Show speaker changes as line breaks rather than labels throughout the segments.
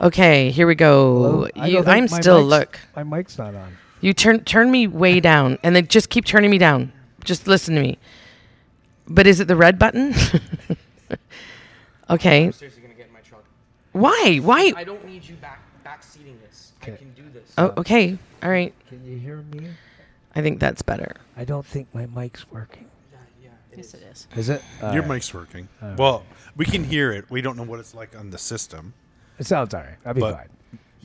Okay, here we go.
Hello? I
You,
don't think
I'm
my
still
mic's-
look.
My mic's not on.
You turn turn me way down, and then just keep turning me down. Just listen to me. But is it the red button? okay.
Seriously, gonna get in my truck.
Why?
I
Why?
don't need you back back seating this. I
Okay.
can do this.
Oh, okay. All right.
Can you hear me?
I think that's better.
I don't think my mic's working. Uh,
Yeah, yeah.
Yes, it is.
Is it?
Your
Alright.
mic's working. Well, we can hear it. We don't know what it's like on the system.
It sounds all right. I'll be
But-
fine.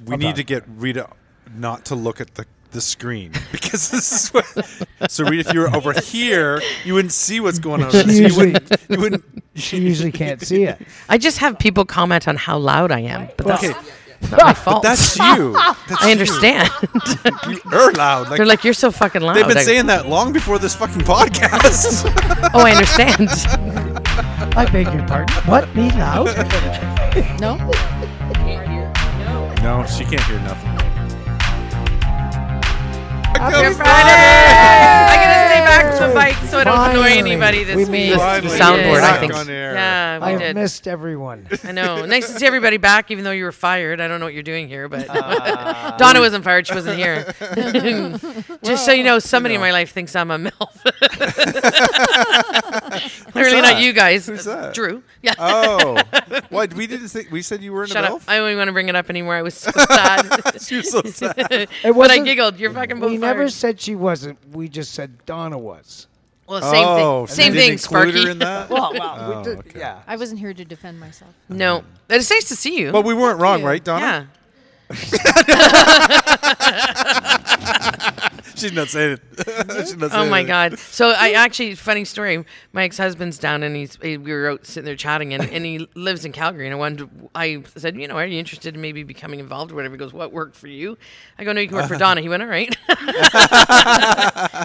We
I'll
need
talk.
to get Rita not to look at the the screen because this is what. So Rita, if you were over here, you wouldn't see what's going on. So you
usually-
wouldn't. You wouldn't.
She usually can't see it.
I just have people comment on how loud I am, but that's
Okay,
not my fault.
that's you. That's
I understand.
you. You're loud.
They're
Like,
like, "Oh, you're so fucking loud.
they've been
I-
saying that long before this fucking podcast.
oh, I understand.
I beg your pardon. What? Me loud?
No.
no, she can't hear nothing.
I gotta stay back to the bike so I don't annoy anybody this
We
week.
made
The,
it.
the
Finally,
soundboard,
we're
I
back
think.
on air.
Yeah, we
I have
did.
missed everyone.
I know. Nice to see everybody back, even though you were fired. I don't know what you're doing here, but
Ah.
Donna wasn't fired. She wasn't here. Just so you know, somebody in my life thinks I'm a MILF. Clearly
that?
not you guys.
Who's that?
Drew. Yeah.
Oh, what? We didn't think we said you were in
Shut
a
up. I don't even want to bring it up anymore. I was so sad.
You're so sad.
but I
wasn't-
giggled. You're fucking both
We never
fired.
said she wasn't. We just said Donna was.
Well, same
oh,
thing. Same
you didn't
thing,
include
Sparky.
Her in that?
Well, well,
Oh,
we did,
okay.
yeah.
I wasn't here to defend myself.
No. It's nice to see you.
but we weren't wrong,
Yeah.
right, Donna?
yeah.
She's not saying it. She's not
Oh
saying
my
it.
god! So I actually funny story. My ex husband's down and he's he- we were out sitting there chatting and, and he lives in Calgary and I wanted to- I said you know are you interested in maybe becoming involved or whatever. He goes what worked for you? I go no you can work for Donna. He went all right.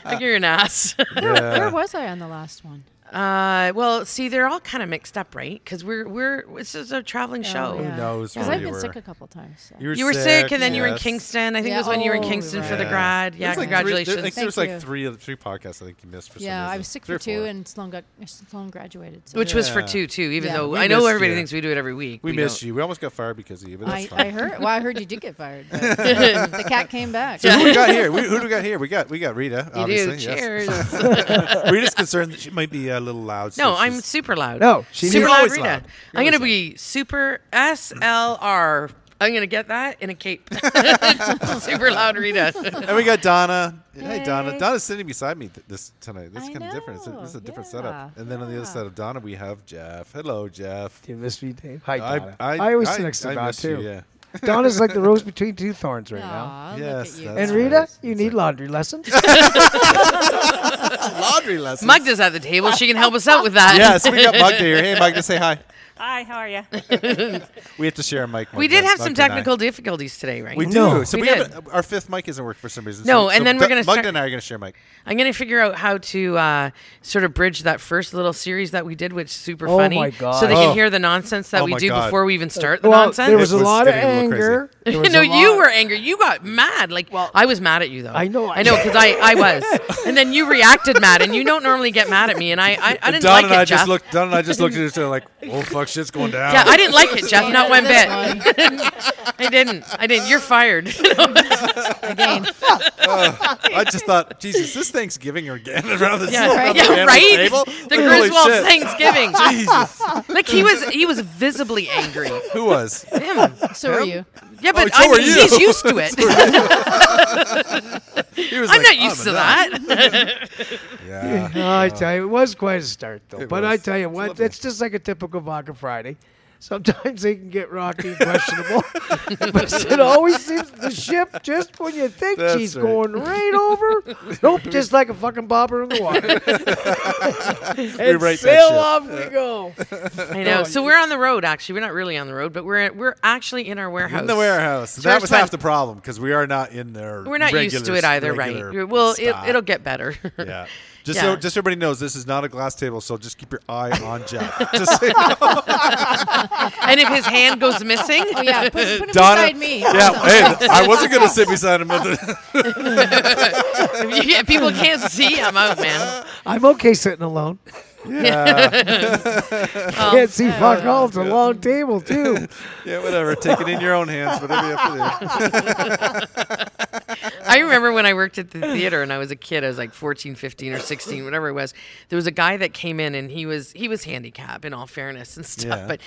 like you're an ass.
Where was I on the last one?
Uh, well see they're all kind of mixed up right because we're we're this is a traveling show.
yeah.
Oh. knows
Because
where
I've
you
been sick
were.
a couple times. so.
were,
You were sick, and then you were in
yes.
Kingston. I think it
Yeah,
was when you were in
oh,
Kingston for the
right.
grad. Yeah,
There's like Three,
congratulations.
there- like,
Thank
there's like
you.
three of three podcasts I think you missed for some
Yeah, I
reason.
was sick
Three
for
or
two
four.
and Sloan got Sloan graduated. So
which was for
Yeah.
two too, even
Yeah.
though
We
I know
missed
everybody
you.
thinks we do it every week.
we missed
don't.
you. We almost got fired because of you, but that's
I,
fine.
I heard. Well, I heard you did get fired. but the cat came back.
So who we got here? We, who do we got here? We got we got Rita.
You
obviously,
do.
yes.
Cheers.
Rita's concerned that she might be a little loud. so
No, I'm
she's-
super loud.
No, she
super
needs-
loud,
always
Rita.
loud. You're
I'm gonna
always
be super SLR. I'm gonna get that in a cape. super loud, Rita.
And we got Donna. Hey, Donna.
Hey.
Donna's sitting beside me th- this tonight. This is
I
kind of different. It's a, this is a
know.
different setup.
Yeah.
And then on the other
Yeah.
side of Donna, we have Jeff. Hello, Jeff.
Do you miss me, Dave? Hi,
I,
Donna. I, always sit next to
I
Donna,
miss you,
too.
yeah.
Donna's like the rose between two thorns right now.
Aw, look
Yes,
at you.
that's
And
right.
Rita,
That's
you need
right.
laundry lessons.
Laundry lessons.
Magda's at the table. She can help us out with that.
yes, we got Magda here. Hey, Magda, say hi.
Hi, how are you?
We have to share a mic.
We
Magda-
did have some
Magda and I.
technical difficulties today, right?
We do.
No.
So
We
we,
did.
have a, our fifth mic isn't working for some reason.
No,
so,
and
so
then we're
Doug-
gonna
Magda
start-
and I are gonna share a mic.
I'm gonna figure out how to uh, sort of bridge that first little series that we did, which is super
Oh
funny,
my God.
so they
Oh.
can hear the nonsense that
Oh
we
my
do
God.
before we even start the
well,
nonsense.
there was a
It was
lot of
getting a little crazy.
anger. There was
no,
a
you
lot-
were angry. You got mad. Like I was mad at you though.
I know I
I know because I, I was, and then you reacted mad, and you don't normally get mad at me, and I I, I
And
didn't
Don
like
and
it,
I
Jeff.
just looked. Don and I just looked at each other like, "Oh fuck, shit's going down."
yeah, I didn't like it, Jeff. Not one
This
bit. I didn't. I didn't. You're fired.
Again.
I just thought, Jesus, this Thanksgiving again around this
yeah, right.
around
Yeah,
the damn
right?
table.
The
Holy
Griswold
shit.
Thanksgiving.
Jesus,
Like he was he was visibly angry.
who was?
Him.
So are you?
Yeah, but
Oh, so
I
were
mean,
you.
he's used to it.
He was
I'm
like, "Oh,
not used to
enough."
that.
Yeah.
Oh, I tell you, it was quite a start, though.
It
but I
was.
tell you
It's
what,
lovely.
it's just like a typical Vodka Friday. Sometimes they can get rocky and questionable, but it always seems the ship just when you think
That's
she's
right.
going right over, nope, just like a fucking bobber in the water. and
right that
sail
ship.
off we go.
I know.
Oh,
So we're on the road. Actually, we're not really on the road, but we're we're actually in our warehouse.
In the warehouse.
So
that
it's
was
fine.
half the problem because we are not in there.
We're not used to it either, right? Well, it, it'll get better.
Yeah. Just
Yeah.
so just so everybody knows, this is not a glass table, so just keep your eye on Jeff. just so you know.
and if his hand goes missing,
Oh yeah, put, put him
Donna-
beside me.
Yeah. Hey, I wasn't gonna sit beside him, but
if you- if people can't see, I'm out, man.
I'm okay sitting alone.
Oh.
Can't see fuck all. It's a long table too.
Yeah, whatever. Take it in your own hands, whatever you have to do.
I remember when I worked at the theater and I was a kid, I was like 14, 15 or 16, whatever it was. There was a guy that came in and he was he was handicapped in all fairness and stuff,
Yeah.
but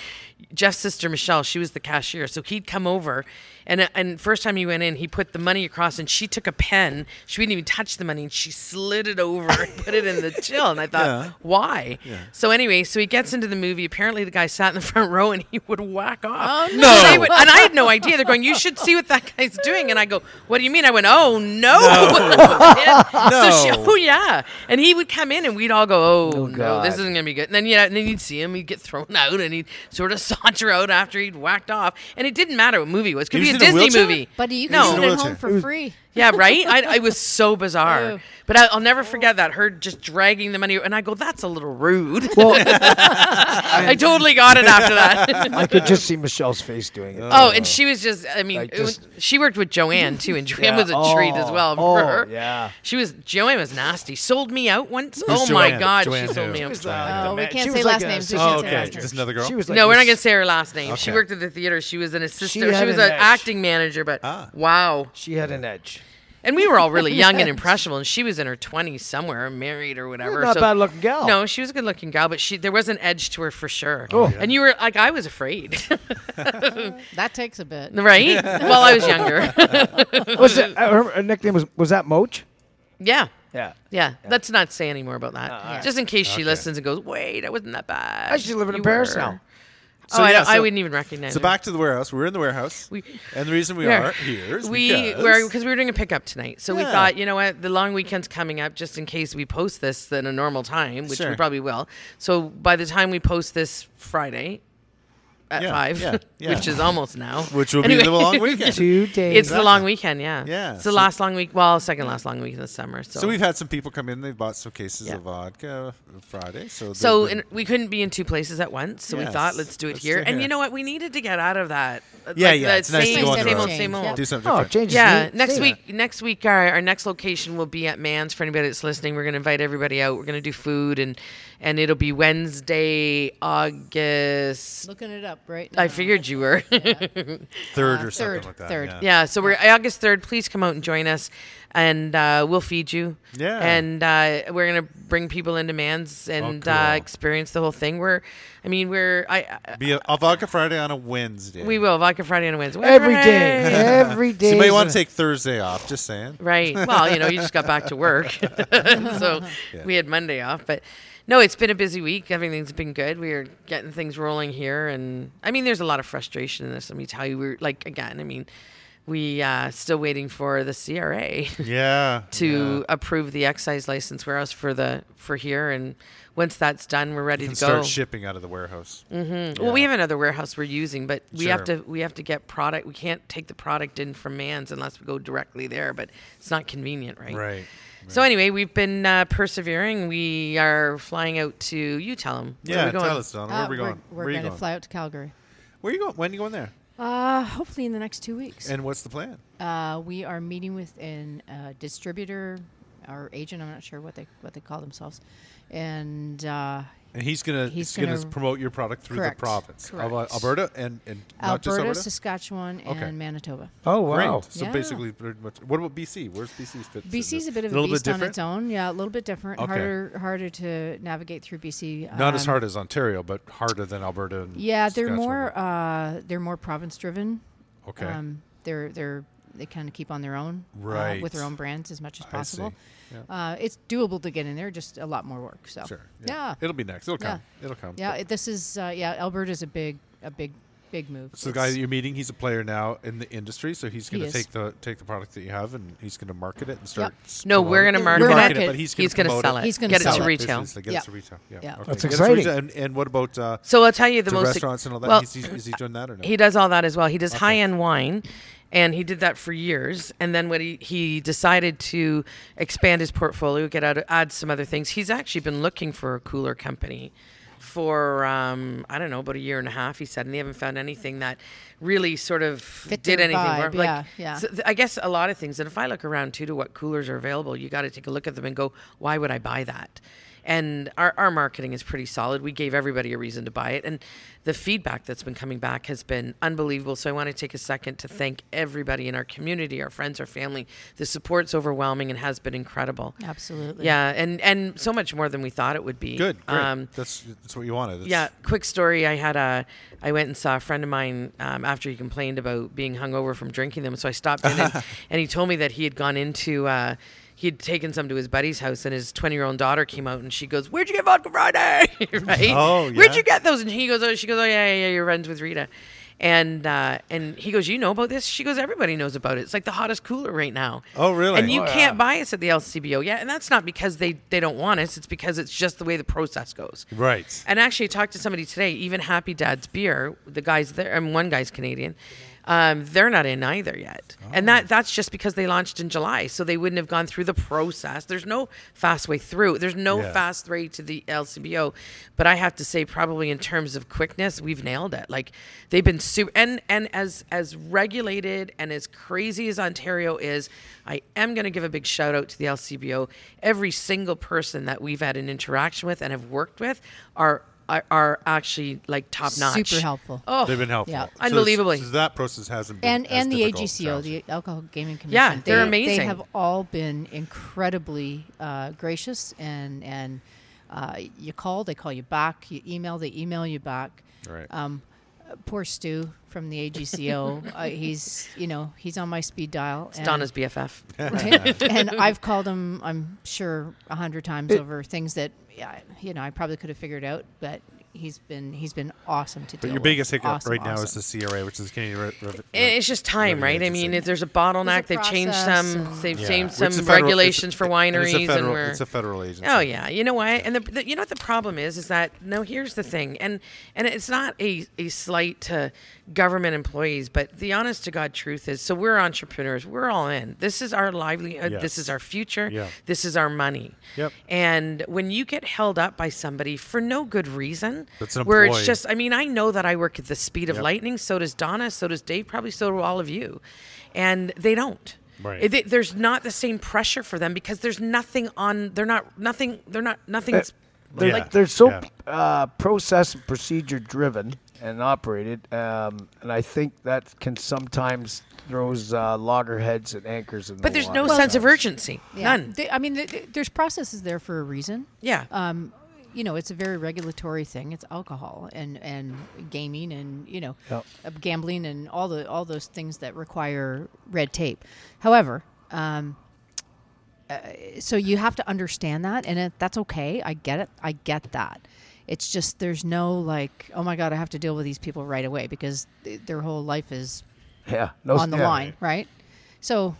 Jeff's sister Michelle, she was the cashier. So he'd come over and uh, and first time he went in, he put the money across and she took a pen. She wouldn't even touch the money and she slid it over and put it in the till and I thought,
Yeah.
"Why?" So anyway, so he gets into the movie. Apparently the guy sat in the front row and he would whack off.
no.
So they would- and I had no idea. They're going, "You should see what that guy's doing." And I go, "What do you mean?" I went, "Oh no!" So she,
No.
oh yeah. And he would come in, and we'd all go, "Oh, no,
God.
this isn't gonna be good." And then yeah, and then you'd see him. He'd get thrown out, and he'd sort of saunter out after he'd whacked off. And it didn't matter what movie it was. Could be
He
a
was in a
Disney
wheelchair?
movie.
But you
No.
can sit
No,
at home
it's-
for free.
Yeah, right. I, I was so bizarre,
Ew.
but I, I'll never forget that. Her just dragging the money, and I go, "That's a little rude."
Well,
I totally got it after that.
I could just see Michelle's face doing
Uh,
it.
Oh, and she was just, I mean,
Like,
it was-
just-
she worked with Joanne too, and Joanne
Yeah.
was a treat as
Oh,
well for
oh,
her.
yeah.
She was, Joanne was nasty. Sold me out once. oh my
Joanne?
God,
Joanne
she sold
who?
me
She
out.
was, uh,
Oh, we
She
can't
was
say
like
last
a-
names. We
she
Oh,
can't say
okay.
last names.
Just another girl.
She was like
no, we're not
this-
going to say her last name. She
Okay.
worked at the theater. She was an assistant. She,
had
was
an
an
edge.
acting manager, but
Ah.
wow.
She had an edge.
And we were all really young and impressionable, and she was in her 20s somewhere, married or whatever.
Not
so-
bad looking gal.
No, she was a good looking gal, but she there was an edge to her for sure.
Oh.
And you were like, I was afraid,
That takes a bit.
right? well, I was younger.
Was it, uh, her, her nickname was was that Moach?
yeah.
Yeah. Uh,
Yeah, let's not say any more about that. Just in case she
Okay.
listens and goes, "Wait, I wasn't that bad."
I should live Ah, in
You
Paris
were."
now.
oh, I,
yeah,
don't, I
so-
wouldn't even recognize.
So
her.
back to the warehouse. We're in the warehouse,
We-
and the reason we
Yeah.
are here is
we
because
were because we were doing a pickup tonight, so we
Yeah.
thought, you know what, the long weekend's coming up. Just in case we post this at a normal time, which
Sure.
we probably will. So by the time we post this Friday at
Yeah,
five,
yeah, yeah.
which is almost now,
which will be the long weekend.
Two days.
It's the long weekend, yeah.
Yeah,
It's the
so-
last long week. Well, second last long week of the summer. So,
So we've had some people come in. They bought some cases
Yeah.
of vodka Friday. So
So
they've
and
been-
we couldn't be in two places at once, so we
Yes.
thought let's do it
Let's
here.
do it
and
here.
you know what? We needed to get out of that. uh,
Yeah,
like
yeah,
that
it's nice to
same,
go on the
same
road.
old, same
Change,
old.
yeah.
do something.
Oh,
different.
changes.
Yeah, next week, next week, our, our next location will be at Mans. For anybody that's listening, we're going to invite everybody out. We're going to do food, and and it'll be Wednesday, August.
Looking it up right now.
I figured you were.
third or
Uh,
something
third,
like that.
third.
Yeah.
Yeah, so we're August 3rd. Please come out and join us, and uh, we'll feed you.
Yeah.
And uh, we're going to bring people into Mans and uh,
cool.
experience the whole thing. We're, I mean, we're, I, I
Be a, a vodka Friday on a Wednesday.
we will. Vodka Friday and Wednesday.
Every day.
Hooray!
Every day.
So you may
is
want
a-
to take Thursday off. Just saying.
Right. Well, you know, you just got back to work. so we had Monday off. But no, it's been a busy week. Everything's been good. We are getting things rolling here. And I mean, there's a lot of frustration in this. Let me tell you, we're like, again, I mean, we uh, still waiting for the CRA
Yeah.
to approve the excise license warehouse for the for here. And once that's done, we're ready
You can
to go. Mm-hmm.
start shipping out of the warehouse.
Well, we have another warehouse we're using, but we have
Sure.
to we have to get product. We can't take the product in from Mans unless we go directly there, but it's not convenient, right?
Right.
So anyway, we've been uh, persevering. We are flying out to you. Tell them.
Yeah.
we going?
Tell us, Donna. Where
Uh,
are we going?
We're,
Where are you
going to
going?
fly out to Calgary.
Where are you going? When are you going there?
Uh, hopefully in the next two weeks.
And what's the plan?
Uh, we are meeting with an uh, distributor or agent. I'm not sure what they what they call themselves. And uh,
And he's gonna
He's
he's, gonna,
gonna-
promote your product through
Correct.
the province, Al-
Correct.
Alberta, and and not just
Alberta,
Alberta.
Saskatchewan, and
Okay.
Manitoba.
Oh
Great.
wow.
So
Yeah.
basically, pretty much. What about BC? Where's BC fits? in
BC is
this?
a bit of a,
little
beast
bit
on
different.
its own. Yeah, a little bit different.
Okay.
Harder, harder to navigate through BC.
Not as
Um,
hard as Ontario, but harder than Alberta. And
Yeah, they're
Saskatchewan.
more uh, they're more province driven.
Okay.
Um, they're they're they kind of keep on their own uh, with their
Right.
own brands as much as
I
possible.
see. Yeah.
Uh, it's doable to get in there, just a lot more work. So
Sure.
yeah,
It'll be next. It'll
Yeah.
come. It'll come.
Yeah,
But-
it, this is uh, yeah. Alberta's a big, a big, big move.
so the guy
It's-
that you're meeting, he's a player now in the industry, so he's going
He
to
is.
take the take the product that you have and he's going to market it and start. s-
No, we're
promoting
gonna
it.
market
We're
it.
market-
but he's
He's
going
gonna
to
sell it.
He's gonna
Get it
sell
to
it.
retail.
Get it
Yeah.
to retail. Yeah.
Yeah.
Okay.
That's
Get it to retail.
exciting.
And, and what about uh,
So I'll tell you the
to
most
restaurants and all that?
Well,
He's- he's- is he doing that or no?
He does all that as well. He does high end wine, and he did that for years. And then when he, he decided to expand his portfolio, get out, add some other things. He's actually been looking for a cooler company for um, I don't know about a year and a half. He said, and they haven't found anything that really sort of did
their
anything.
vibe,
for him. Like,
yeah, yeah.
so th- I guess a lot of things. And if I look around too to what coolers are available, you got to take a look at them and go, why would I buy that? and our, our marketing is pretty solid. We gave everybody a reason to buy it, and the feedback that's been coming back has been unbelievable. So I want to take a second to thank everybody in our community, our friends, our family. The support's overwhelming and has been incredible.
Absolutely.
Yeah, and and so much more than we thought it would be.
Good. Great.
Um,
that's that's what you wanted. That's-
yeah, quick story. I had a, I went and saw a friend of mine um, after he complained about being hungover from drinking them. So I stopped in and, and he told me that he had gone into, uh, he had taken some to his buddy's house and his 20 year old daughter came out and she goes, Where'd you get Vodka Friday? right?
Oh,
Where'd
yeah.
you get those? And he goes, Oh, she goes, Oh, yeah, yeah, yeah, you're friends with Rita. And uh, and he goes, You know about this? She goes, Everybody knows about it. It's like the hottest cooler right now.
Oh, really?
And you
Oh,
can't buy us at the LCBO yet. And that's not because they, they don't want us, it's because it's just the way the process goes.
Right.
And actually, I talked to somebody today. Even Happy Dad's beer, the guys there, and one guy's Canadian. Um, they're not in either yet, and that that's just because they launched in July, so they wouldn't have gone through the process. There's no fast way through. There's no
Yeah.
fast way to the LCBO, but I have to say, probably in terms of quickness, we've nailed it. Like they've been super, and and as as regulated and as crazy as Ontario is, I am going to give a big shout out to the LCBO. Every single person that we've had an interaction with and have worked with are are, are actually like top notch.
Super helpful.
Oh,
They've been helpful.
Yeah.
So it's-
Unbelievably.
So that process hasn't been
and
as
and the
difficult
AGCO,
challenging.
the Alcohol Gaming Commission.
Yeah, they're
they, They
amazing.
have all been incredibly uh, gracious and and uh, you call, they call you back. You email, they email you back.
Right.
Um, poor Stu from the AGCO. uh, he's you know he's on my speed dial. and-
Donna's BFF.
Right? and I've called him, I'm sure, a hundred times over things that, yeah, you know, I probably could have figured out, but he's been he's been awesome to
But
deal
your
with.
biggest hiccup
Awesome,
right now
awesome.
is the CRA, which is Canadian. Re- Re-
I- It's just time,
Revenue
right? I
agency.
mean, if there's a bottleneck,
There's
they've
a
changed
process
some,
and-
they've
Yeah.
changed
Which is
some
a federal-
regulations
it's-
for
it-
wineries,
It's a federal,
and we're
it's a federal agency.
Oh yeah, you know what? And the, the you know what the problem is is that no. Here's the thing, and and it's not a a slight to government employees, but the honest to god truth is, so we're entrepreneurs. We're all in. This is our livelihood. This
Yes.
is our future.
Yeah.
This is our money.
Yep.
And when you get held up by somebody for no good reason,
That's an
where it's
employee.
just, I mean, I know that I work at the speed of
Yep.
lightning. So does Donna. So does Dave. Probably so do all of you, and they don't.
Right.
It- they- there's not the same pressure for them because there's nothing on. They're not nothing. They're not nothing's.
Eh.
They're,
Yeah.
they're so
Yeah.
uh, process and procedure driven and operated, um, and I think that can sometimes throws uh, loggerheads and anchors in the
But there's no
water.
sense of urgency.
Yeah.
None.
They- I mean, th th- there's processes there for a reason.
Yeah.
Um, you know, it's a very regulatory thing. It's alcohol and, and gaming and you know,
Yep.
uh, gambling and all the all those things that require red tape. However, um, uh, so you have to understand that, and it, that's okay. I get it. I get that. It's just there's no like, oh my god, I have to deal with these people right away because th- their whole life is
yeah, no
on the
Oh, yeah.
line, right? So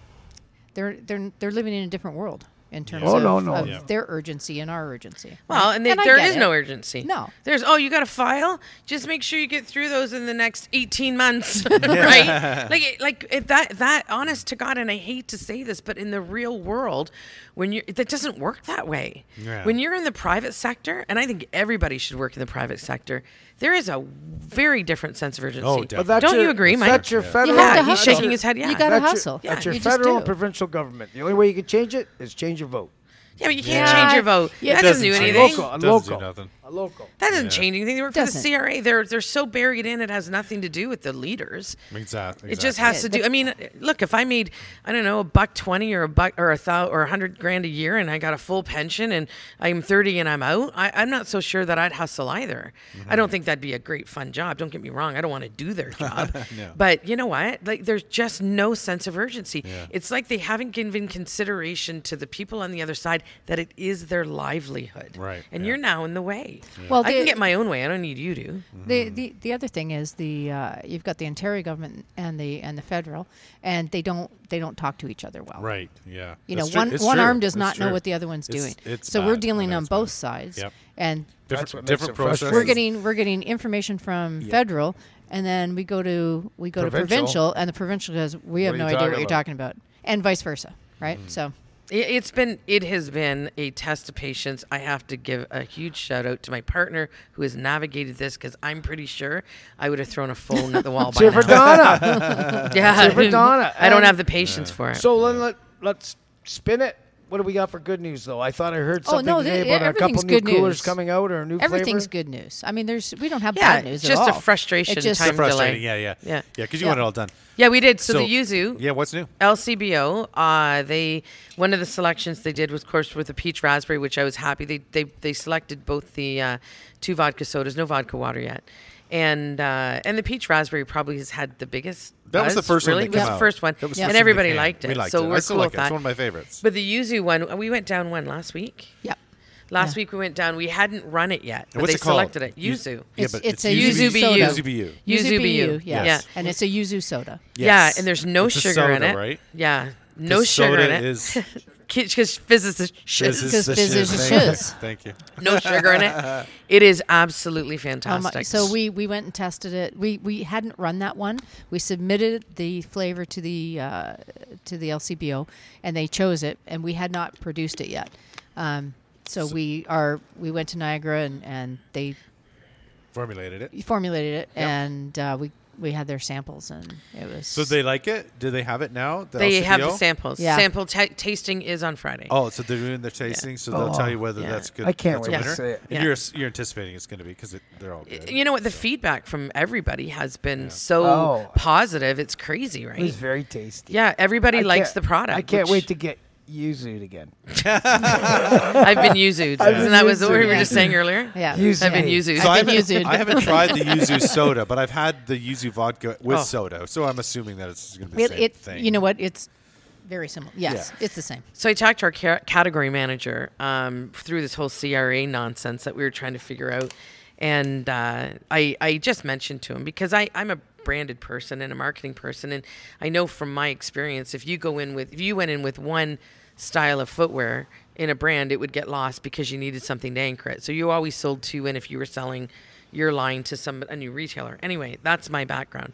they're they're they're living in a different world in terms
Oh,
of,
no, no.
of
Yeah.
their urgency and our urgency.
Well,
right?
and, they,
I
there
get
is
it.
no urgency.
No.
There's oh, you got a file. Just make sure you get through those in the next 18 months, right? Like it- like it, that that honest to God, and I hate to say this, but in the real world, when you that doesn't work that way.
Yeah.
When you're in the private sector, and I think everybody should work in the private sector, there is a very different sense of urgency.
Oh, definitely.
that's
Don't
your-
you agree, Mike?
That's your
Yeah.
federal.
You have to
he's
hustle.
shaking his head, yeah.
you got to
That's your-
hustle.
Yeah.
That's your
you just
federal
do.
and provincial government. The only way you can change it is change your vote.
Yeah, but you can't
Yeah.
change your vote.
Yeah.
that
It
doesn't do
doesn't change.
anything.
Local, a
Doesn't do
local,
nothing.
a local.
That doesn't
Yeah.
change anything. They work for
Doesn't.
the CRA. They're they're so buried in it has nothing to do with the leaders.
Exactly.
It just
exactly.
has to do. I mean, look, if I made, I don't know, a buck twenty or a buck or a thou or a hundred grand a year, and I got a full pension, and I'm thirty and I'm out, I, I'm not so sure that I'd hustle either. I don't think that'd be a great fun job. Don't get me wrong. I don't want to do their job,
No.
but you know what? Like, there's just no sense of urgency.
Yeah.
It's like they haven't given consideration to the people on the other side that it is their livelihood,
Right,
And
yeah.
you're now in the way.
Well,
I can
the-
get my own way. I don't need you to.
Mm.
The, the the other thing is the uh, you've got the Ontario government and the and the federal, and they don't they don't talk to each other well.
Right. Yeah.
You
That's
know,
true.
one,
It's
one
true.
arm does
It's
not know
true.
what the other one's
It's-
doing.
it's
so
bad.
we're dealing
Yeah,
on
it's
both
bad.
sides,
Yep.
and
That's what
Different,
makes it
different processes.
frustrating.
we're getting we're getting information from federal, and then we go to we go to
Provincial.
provincial, and the provincial goes, we have
are
no
you
idea what
talking
you're
about?"
talking about, and vice versa, right?
Mm.
So
It- It's been it has been a test of patience. I have to give a huge shout out to my partner who has navigated this because I'm pretty sure I would have thrown a phone at the wall by
Cheer for
now.
Donna.
Yeah,
for Donna.
I don't
And-
have the patience for it.
so then let let's spin it What do we got for good news though? I thought I heard
Oh,
something
no,
today
the-
about a couple
everything's
new
good
coolers
news.
coming out or a new
Everything's
flavor.
good news. I mean, there's we don't have
Yeah,
bad news
it's just
at
a
all.
frustration
It just,
time.
Frustrating.
Delay.
Yeah,
Yeah.
yeah. Yeah, because you
Yeah.
want it all done.
Yeah, we did. So, the yuzu,
Yeah, what's new?
LCBO, uh, they one of the selections they did was, of course, with the peach raspberry, which I was happy they they, they selected both the uh, two vodka sodas, no vodka water yet, and uh, and the peach raspberry probably has had the biggest.
That was the
buzz,
first one
really.
that
It was
came
the
out.
first one,
That was the first one
and
that
everybody
came.
liked it.
We liked
so
it. I
we're
still
cool
like
with
it. It's
that.
one of my favorites.
But the yuzu one, we went down one last week.
Yep.
Last
Yeah.
week we went down. We hadn't run it yet, but
what's
they
it called?
selected it.
Yu-
Yuzu.
Yeah,
it's,
but it's
it's, a
yuzu
yuzu
BU.
soda.
Yuzu BU.
Yuzu BU,
yes.
yes.
And it's a yuzu soda.
Yes.
Yeah, and there's no
It's a
sugar in
soda,
it.
right?
Yeah, no
The
sugar in
soda
it.
is-
Because physicists,
This
This
the
is
shiz.
the
Thank
shiz.
you. Thank you.
no sugar in it. It is absolutely
Um,
fantastic.
so we, we went and tested it. We we hadn't run that one. We submitted the flavor to the uh, to the LCBO, and they chose it. And we had not produced it yet. Um, so, we are we went to Niagara and, and they
Formulated it.
formulated it, and uh, we we had their samples, and it was
So they like it? Do they have it now? The
they have the
LCBO?
samples.
Yeah.
Sample ta tasting is on Friday.
Oh, so they're doing their tasting, so they'll tell you whether
Oh, yeah.
that's good.
I can't
that's a
wait to
winner.
see it.
And
Yeah.
you're you're anticipating it's going to be because they're all good.
You know what? The feedback from everybody has been so
Oh.
positive. It's crazy,
It was
right?
very tasty.
Yeah, everybody
I
likes the
can't-
product.
I can't
which
wait to get yuzu again.
I've been yuzu'd. Isn't that was what we were
yuzu'd.
just saying earlier?
yeah
Yuzu.
I've been
Yeah.
yuzu'd.
So I
I've been
haven't,
yuzu'd.
I haven't tried the yuzu soda, but I've had the yuzu vodka with
Oh.
soda, so I'm assuming that it's going to be
it,
the same
it
thing.
you know what it's very similar. Yes, it's the same.
So I talked to our ca- category manager um, through this whole CRA nonsense that we were trying to figure out, and uh, I I just mentioned to him because I I'm a branded person and a marketing person, and I know from my experience if you go in with if you went in with one style of footwear in a brand, it would get lost because you needed something to anchor it. So you always sold two in if you were selling your line to some a new retailer. Anyway, that's my background.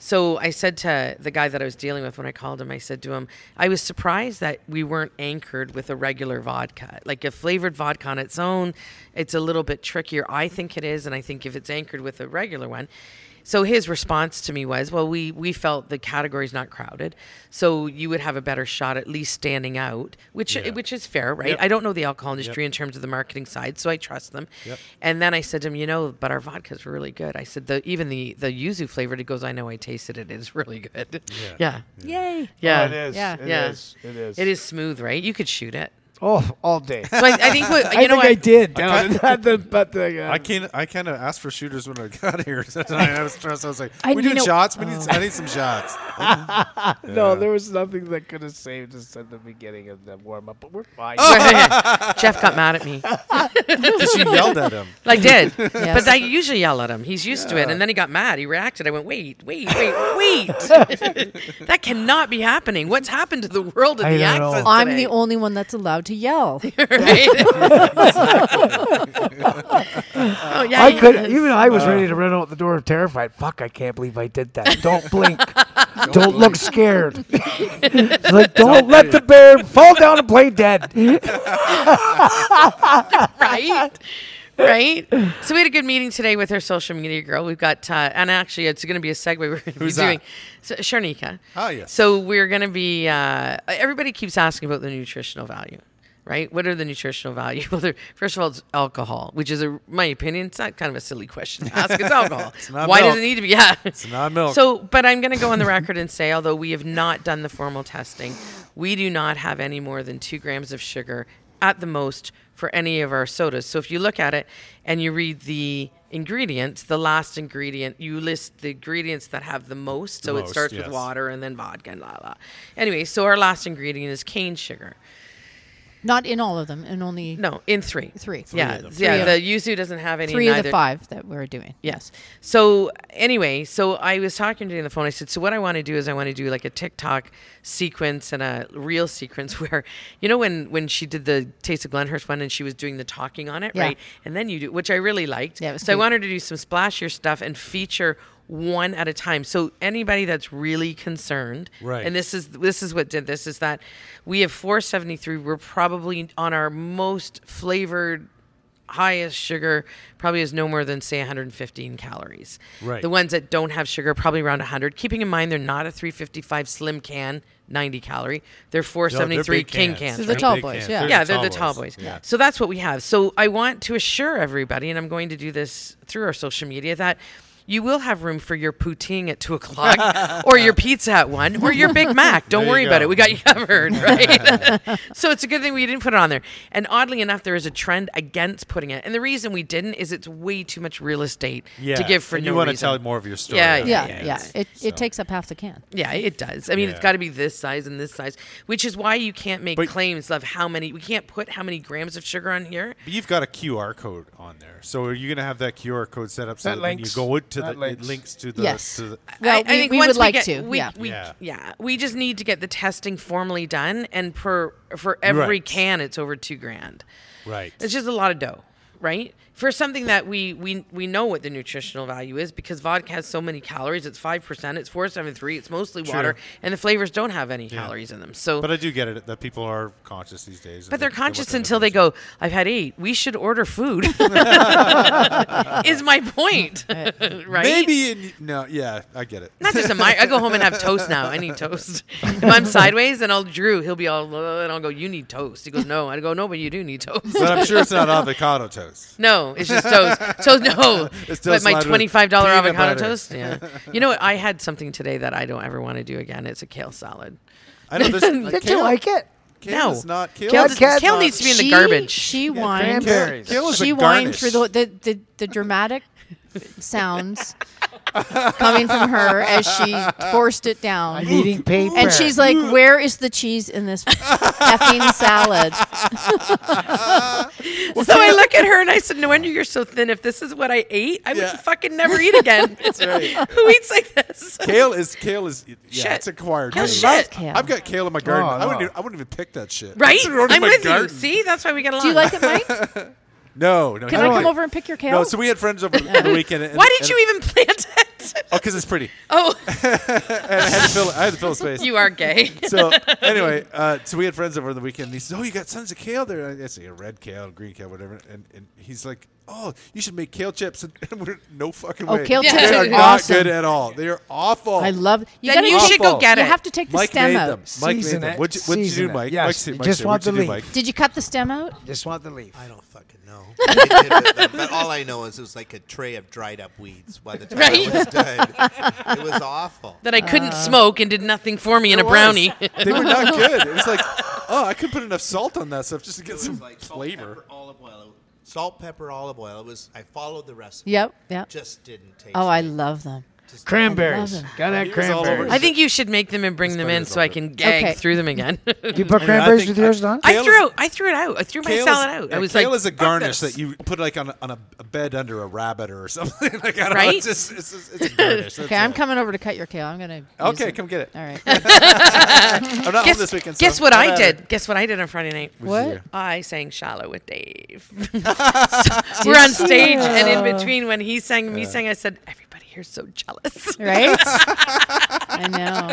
So I said to the guy that I was dealing with when I called him, I said to him, I was surprised that we weren't anchored with a regular vodka. Like a flavored vodka on its own, it's a little bit trickier. I think it is, and I think if it's anchored with a regular one. So his response to me was, Well, we, we felt the category's not crowded. So you would have a better shot at least standing out, which
Yeah.
which is fair, right?
Yep.
I don't know the alcohol industry in terms of the marketing side, so I trust them.
Yep.
And then I said to him, you know, but our vodka's really good. I said, the even the the yuzu flavored. He goes, I know, I tasted it. It's really good.
Yeah.
Yeah.
Yay!
Yeah.
it Oh, is.
Yeah.
It
Yeah.
is. It is.
It is smooth, right? You could shoot it.
Oh, all day.
So I, I think what, you
I
know
think
what?
I did. Down
I can't-
at the, but the, uh,
I can't. I kind of asked for shooters when I got here. tonight. I was stressed. I was like,
I-
"We
you
need
know-
shots. We need. I need some shots."
No, there was nothing that could have saved us at the beginning of the warm up, but we're fine.
Oh, Jeff got mad at me.
Because you yelled at him.
I did.
Yes.
But I usually yell at him. He's used to it. And then he got mad. He reacted. I went, wait, wait, wait, wait. that cannot be happening. What's happened to the world of
I
the
don't know.
accent?
I'm
today?
the only one that's allowed to yell.
right? oh, yeah,
I
you-
could even I
Uh.
was ready to run out the door terrified. Fuck, I can't believe I did that. Don't blink. don't look scared. It's like don't let the bear fall down and play dead.
right? Right? So we had a good meeting today with our social media girl. We've got, uh, and actually, it's going to be a segue we're going to be
Who's that?
doing. So, Sharnika.
Ah, yes.
So we're going to be, uh, everybody keeps asking about the nutritional value, right? What are the nutritional value? Well, they're- first of all, it's alcohol, which is, a, my opinion, it's not kind of a silly question to ask. It's alcohol.
not
Why does
milk.
it need to be? Yeah. It's
not milk.
So, but I'm going to go on the record and say, although we have not done the formal testing, we do not have any more than two grams of sugar at the most for any of our sodas. So if you look at it and you read the ingredients, the last ingredient, you list the ingredients that have the most. So
The
it
most,
starts
yes.
with water and then vodka and la la. Anyway, so our last ingredient is cane sugar.
Not in all of them, and only
No, in three.
three.
yeah,
of them.
yeah.
Three
The yuzu doesn't have any.
Three of the
neither-
five that we're doing.
Yes. So anyway, so I was talking to you on the phone. I said, so what I want to do is I want to do like a TikTok sequence and a real sequence where, you know, when when she did the Taste of Glenhurst one and she was doing the talking on it,
Yeah.
right? And then you do, which I really liked.
Yeah, it was
so I
cute.
wanted to do some splashier stuff and feature one at a time. So anybody that's really concerned,
Right.
And this is this is what did this is that we have 473. We're probably on our most flavored highest sugar probably is no more than say 115 calories.
Right.
The ones that don't have sugar probably around 100. Keeping in mind they're not a 355 slim can. 90 calorie. They're 473
big
king
cans.
cans.
So
right?
the
They're
tall
big
boys,
cans.
yeah.
yeah, they're the tall boys.
Yeah.
So that's what we have. So I want to assure everybody, and I'm going to do this through our social media, that you will have room for your poutine at two o'clock, or your pizza at one, or your Big Mac. Don't
There you
worry about
go.
it. We got you covered, right? so it's a good thing we didn't put it on there. And oddly enough, there is a trend against putting it, and the reason we didn't is it's way too much real estate
Yeah.
to give for
and
no
you want to
reason.
tell more of your story.
Yeah,
than
Yeah,
the
yeah.
Yeah,
cans.
It,
So-
it takes up half the can.
Yeah, it does. I mean,
Yeah.
it's got to be this size and this size, which is why you can't make
But-
claims of how many. We can't put how many grams of sugar on here.
But you've got a QR code on there, so are you going to have that QR code set up so
That
that, when you
links.
go to
That
the
links.
it links to the
Yes.
to the,
Well,
I- I
we,
think
we
once
would like
get-
to.
We,
yeah.
we-
Yeah.
yeah. We just need to get the testing formally done, and per for every
Right.
can, it's over two grand.
right.
It's just a lot of dough, right? For something that we we we know what the nutritional value is because vodka has so many calories. It's five percent. It's four seven three. It's mostly water, and the flavors don't have any calories in them. So.
But I do get it that people are conscious these days.
But they're conscious until they go, I've had eight. We should order food. is my point. right?
Maybe in, no, yeah, I get it.
Not just a my I go home and have toast now. I need toast. If I'm sideways and I'll Drew, he'll be all "Uh," and I'll go, You need toast. He goes, No. I go, No, but you do need toast.
But I'm sure it's not avocado toast.
No, it's just toast. So no.
It's
but
toast
my
lined with
twenty five dollar
peanut
avocado
butter.
toast. Yeah. You know what? I had something today that I don't ever want to do again. It's a kale salad.
I know there's
Did
kale-
you like it?
Kale
no.
is not kale.
Kale,
is
does-
Cat-
kale needs to be in the
She-
garbage.
She whined.
cranberries.
Kale is a
She whined
garnish.
through the the, the, the dramatic sounds coming from her as she forced it down.
I'm eating paper.
And she's like,
Hmm.
"Where is the cheese in this effing salad?"
So I look at her and I said, "No wonder you're so thin. If this is what I ate, I
Yeah.
would fucking never eat again."
right.
Who eats like this?
Kale is kale is yeah,
Shit.
it's acquired.
Kale
taste.
shit. I love
kale.
I've got kale in my garden.
Oh,
I wouldn't
no.
even, I wouldn't even pick that shit.
Right?
It's already in
I'm
my
with you.
garden.
See, that's why we get along.
Do you like it, Mike? Can
No, no.
I
no.
come over and pick your kale?
No, so we had friends over the weekend. And,
Why did you even plant it?
Oh, because it's pretty.
Oh,
And I had to fill. I had to fill a space.
you are gay.
so anyway, uh, so we had friends over the weekend. And he says, "Oh, you got tons of kale there." And I say, "Red kale, green kale, whatever." And, and he's like, "Oh, you should make kale chips." And, and we're no fucking
Oh,
way.
kale
they
chips
are
are
not
awesome.
good at all. They are awful.
I love. You
Then
gotta-
you should go
Awful.
get
You
it.
have to take the
Mike
stem
made
out.
them. Mike made
Season
them.
it.
What'd you, what'd you
Season
do,
it.
Mike?
Yes.
Mike's-
You
Mike's
just
there.
want
What'd you
the
do,
leaf.
Mike?
Did you cut the stem out?
Just want the leaf.
I don't fucking know. but all I know is it was like a tray of dried up weeds by the time
Right?
it was done. It was awful.
That I couldn't smoke and did nothing for me in a
It Uh, was.
brownie.
they were not good. It was like, oh, I could put enough salt on that stuff just to
It
get
was
some
like salt,
flavor.
pepper, olive oil. Salt, pepper, olive oil. It was. I followed the recipe.
Yep. Yep.
Just didn't taste.
Oh, I
it.
love them.
Just-
I
Cranberries.
love it.
Got that
He was all over
cranberries.
I think you should make them and bring them in
Spider's
so I
over.
can gag
Okay.
through them again.
You put
I
cranberries
think-
with yours, Don?
I
Kale
threw
is-
out. I threw it out. I threw my
Kale
salad
is,
out.
yeah,
I was
kale
like,
is a
"Fuck
garnish
this."
that you put like on a, on a, a bed under a rabbit or something. like, I don't know,
Right?
it's, just, it's, just, it's a garnish. That's
Okay, I'm
it.
coming over to cut your kale. I'm gonna. use
Okay,
it.
come get it.
All right.
I'm not
Guess,
home this weekend. so
guess what
no
I
matter.
did? Guess what I did on Friday night?
What?
you?
I sang Shallow with Dave. So we're on stage, and
Oh.
in between when he sang and me sang, I said, Everybody here's so jealous.
right? I know.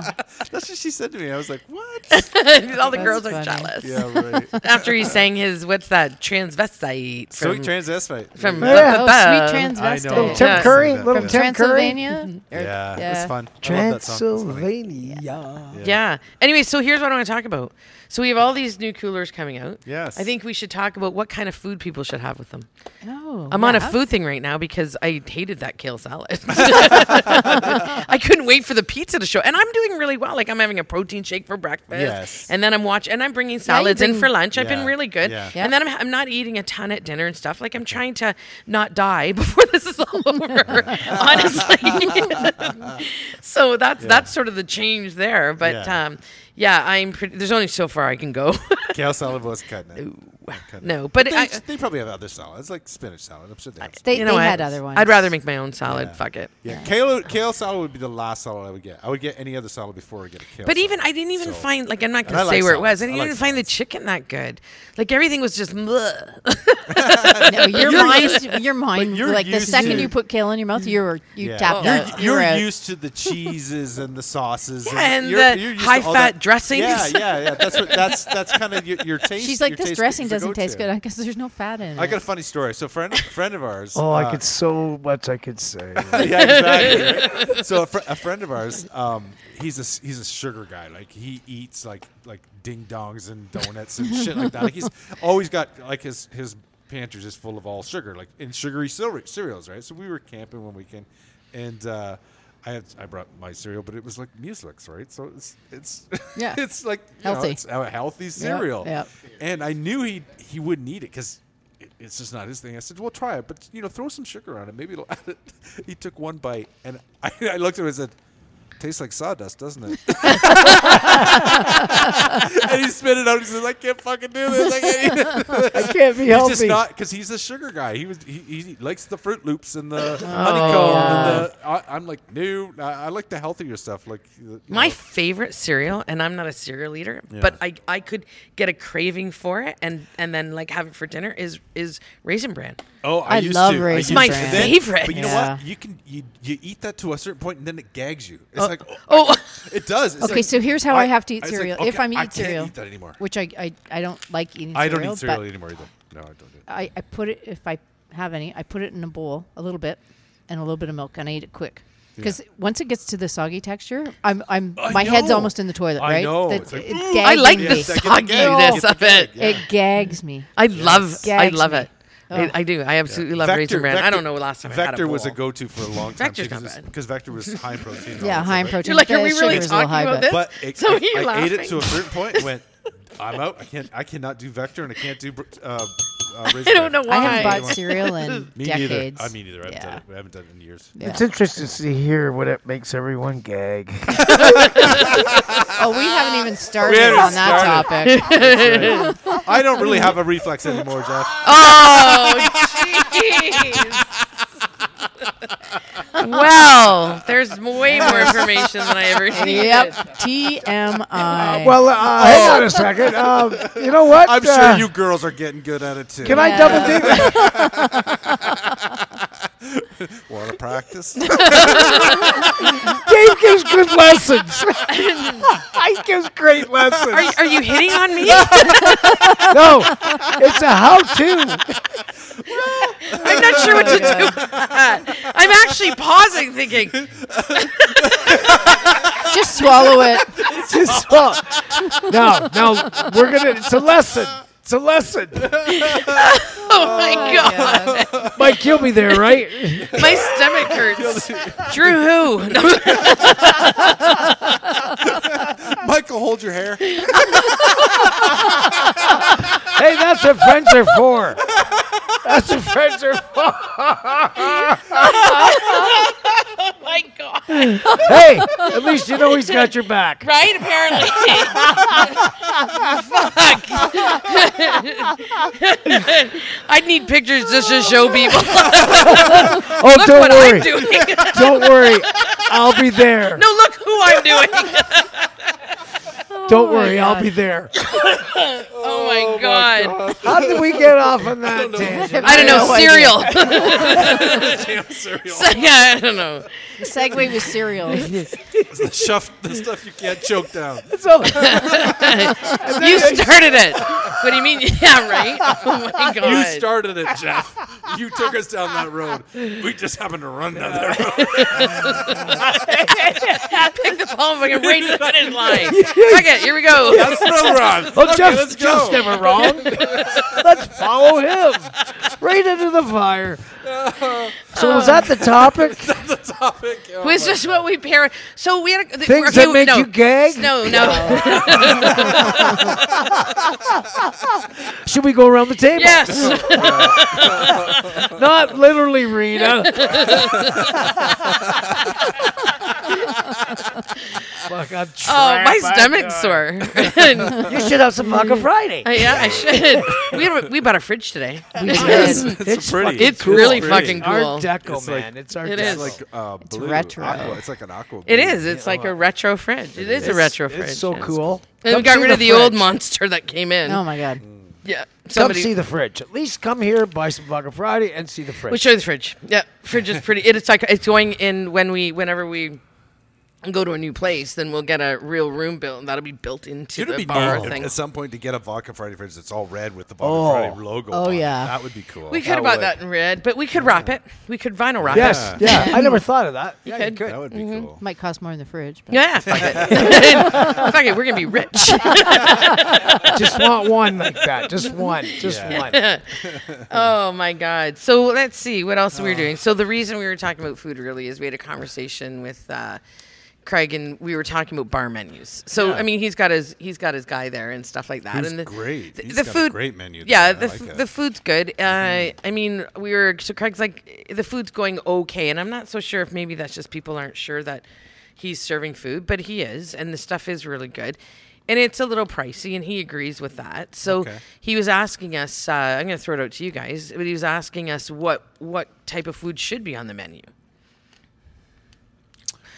That's what she said to me. I was like, what?
All the girls are
funny.
jealous.
yeah, right.
After he sang his, what's that, transvestite
So
from,
transvestite.
from
Yeah.
Up
Oh,
Above.
sweet
know.
transvestite.
Tim
Yeah.
Curry?
From
Little Tim Curry?
Transylvania. Or-
yeah, it's fun. I love that song. It's funny.
Transylvania.
Yeah. Anyway, so here's what I want to talk about. So we have all these new coolers coming out.
Yes.
I think we should talk about what kind of food people should have with them.
Oh,
I'm on a
yeah.
food thing right now because I hated that kale salad. I couldn't wait for the pizza to show, and I'm doing really well. Like I'm having a protein shake for breakfast,
Yes.
and then I'm watching, and I'm bringing salads in
bring-
for lunch. I've been
Yeah,
really good,
yeah.
Yeah.
and then I'm, I'm not eating a ton at dinner and stuff. Like I'm trying to not die before this is all over, honestly. so that's that's sort of the change there, but.
Yeah.
Um, yeah, I'm pretty. There's only so far I can go.
Kale salad was cutting it. Cutting it.
no, but
They,
I,
they probably have other salads, like spinach salad. I'm sure they have.
They,
you know
they
what?
had other ones.
I'd rather make my own salad.
Yeah.
Fuck it.
yeah, kale kale salad would be the last salad I would get. I would get any other salad before I get a kale.
But even
salad.
I didn't even
So-
find like I'm not
I
gonna
like
say where it was.
salads.
I didn't
I like
even find the
salads.
chicken that good. Like everything was just bleh.
No, your
You're-
mind, your mind.
But you're
like the
used
second
to-
you put kale in your mouth, you're you
Yeah.
tapped
You're-
out.
you're
out.
used to the cheeses and the sauces
and
you're-
the
you're used to
high
all
fat
that
dressings.
Yeah, yeah, yeah. That's what that's that's kind of your, your taste.
She's like,
your
this
taste
dressing
is a
doesn't taste
go-to."
good because there's no fat in it.
I got a funny story. So friend friend of ours.
Oh, I
uh,
could so much I could say.
yeah, exactly. right? So a, fr- a friend of ours, um, he's a s- he's a sugar guy. Like he eats like like ding dongs and donuts and shit like that. Like he's always got like his his pantry's just full of all sugar, like in sugary cere- cereals, right? So we were camping one weekend, and. uh I, had, I brought my cereal, but it was like Mueslix, right? So it's it's
Yeah.
it's like you know,
Healthy.
it's a healthy cereal.
yep.
And I knew he he wouldn't eat it because it's just not his thing. I said, "Well, try it, but you know, throw some sugar on it. Maybe it'll add it." He took one bite, and I, I looked at him and said, "Tastes like sawdust, doesn't it?" and he spit it out. He says, "I can't fucking do this. I can't eat it."
I can't be
He's
healthy.
just not because he's a sugar guy. He was he, he likes the Fruit Loops and the
Oh,
honeycomb. And the, I, I'm like, no, I, I like the healthier stuff. Like you
My
know.
favorite cereal, and I'm not a cereal eater, but I, I could get a craving for it and, and then like have it for dinner is is raisin bran.
Oh, I,
I
used
love
to.
Raisin
used
It's my
to.
Bran. favorite.
But you know
Yeah.
what? You can you, you eat that to a certain point, and then it gags you. It's like oh,
Oh,
it does. It's
okay,
like-
so here's how I, have to eat
was
cereal
like,
if
okay,
I'm eating
I can't
cereal,
eat that anymore.
which I, I, I don't like eating.
I
cereal,
don't eat
but
cereal anymore either. No, I don't do it.
I, I put it if I have any. I put it in a bowl, a little bit, and a little bit of milk, and I eat it quick. Because once it gets to the soggy texture, I'm I'm
I
my head's
know.
almost in the toilet,
I
right?
know.
That-
It's like,
it
"Ooh."
I
gags
like
me.
the
Yes, I get the gag.
sogginess
Oh.
of it.
Yeah.
It gags me.
I love I
Gags
love
me.
it. I, I do. I absolutely love raisin bran. I don't know last time I had
Vector
a
was a
bowl.
go-to for a long time
Vector's not bad.
because Vector was high in protein. and all
Yeah,
that
high in
stuff, right?
protein.
You're like,
The
are we really
sugar's a
talking
little high,
about
but-
But it,
So
I,
you
I ate it
laughing?
to a certain point. and Went, I'm out. I can't. I cannot do Vector, and I can't do. br- Uh, uh,
I don't know why.
I haven't
Why?
bought cereal in
Me
decades.
neither. I mean, either. I haven't,
Yeah.
done it. I haven't done it in years.
Yeah.
It's interesting to see here what it makes everyone gag.
Oh, we haven't even started
haven't
on that topic.
I don't really have a reflex anymore, Jeff.
Oh, jeez. well, there's m- way more information than I ever needed.
yep. TMI.
Well,
Oh.
uh, hang on a second. Um, you know what?
I'm
Uh,
sure you girls are getting good at it too.
Can I
Yeah.
double dip?
Want to practice?
Dave gives good lessons. I gives great
Are,
lessons.
are you hitting on me?
No, it's a how-to.
I'm not sure what to do. with that. I'm actually pausing, thinking.
Just swallow it.
It's just all. No, no, we're gonna. It's a lesson. It's a lesson.
Oh my god,
Mike, you'll be there, right?
my stomach hurts. Drew, who? No.
Michael, hold your hair.
Hey, that's what friends are for. That's what friends are for.
Oh my god.
Hey, at least you know he's got your back.
Right? Apparently. Fuck. I'd need pictures just to show people.
Oh,
Look
don't
what
worry.
I'm doing.
Don't worry. I'll be there.
No, look who
Oh
I'm doing.
don't worry.
God.
I'll be there.
Oh my god.
How did we get off on that tangent?
I don't know,
No idea.
cereal.
Damn cereal.
yeah, I don't know.
The segue was cereal.
the, shuff, the stuff you can't choke down.
So,
You started it. What do you mean? Yeah, right? Oh my god.
You started it, Jeff. You took us down that road. We just happened to run down that road.
Pick the ball and fucking right to the finish line. Fuck it, here we go.
That's no run.
oh, Jeff,
let's go.
Jeff's never wrong. let's follow him right into the fire.
Uh,
So was that the topic?
Topic. Oh,
Was this what we pair? So we had a, the,
Things
okay,
that make
no.
you gag?
No, no.
Should we go around the table?
yes. Oh,
Not literally, Rita. Fuck, I'm
Oh, my
trapped.
stomach's sore. yeah,
You should have some Vodka Friday.
I should. We have a, we bought a fridge today.
Yes,
It's- it's
it's, pretty.
fucking
It's really fucking
Pretty.
cool.
Art Deco,
It's like-
man. it's Art
It
Deco.
is.
It's like uh, blue.
retro.
Aqua. It's like an aqua.
It
blue.
is. It's like a retro fridge. It is a
It's-
retro fridge.
It's so
yes.
cool.
And we
Come
got
see
rid of the old
fridge.
monster that came in.
Oh my god.
Yeah.
Come
Somebody.
see the fridge. At least come here, buy some Vodka Friday, and see the fridge.
We'll show you the fridge. Yeah, fridge is pretty. It is like it's going in when we whenever we and go to a new place, then we'll get a real room built, and that'll be built into
It'd
the
be
bar
neat
thing.
at some point to get a Vodka Friday fridge that's all red with the Vodka
Oh.
Friday logo.
Oh,
on it.
yeah.
that would be cool.
We could have bought that in red, but we could wrap it. We could vinyl wrap
Yes,
it.
yeah. I never thought of that. Yeah, you
could.
could.
That would be cool.
Might cost more in the fridge. But
Yeah, fuck it. fuck it, we're gonna be rich.
Just want one like that. Just one. Just
Yeah.
one.
oh my god. So let's see what else
Ah.
we were doing. So the reason we were talking about food really is we had a conversation with uh, Craig and we were talking about bar menus. So I mean, he's got his he's got his guy there and stuff like that.
Who's
and the,
great.
The,
He's
the
got a
food
great menu there. I
Yeah, the,
like
f-
that.
the food's good. Uh,
Mm-hmm.
I mean, we were so Craig's like the food's going okay, and I'm not so sure if maybe that's just people aren't sure that he's serving food, but he is, and the stuff is really good. And it's a little pricey, and he agrees with that. So
Okay.
he was asking us. Uh, I'm going to throw it out to you guys, but he was asking us what what type of food should be on the menu.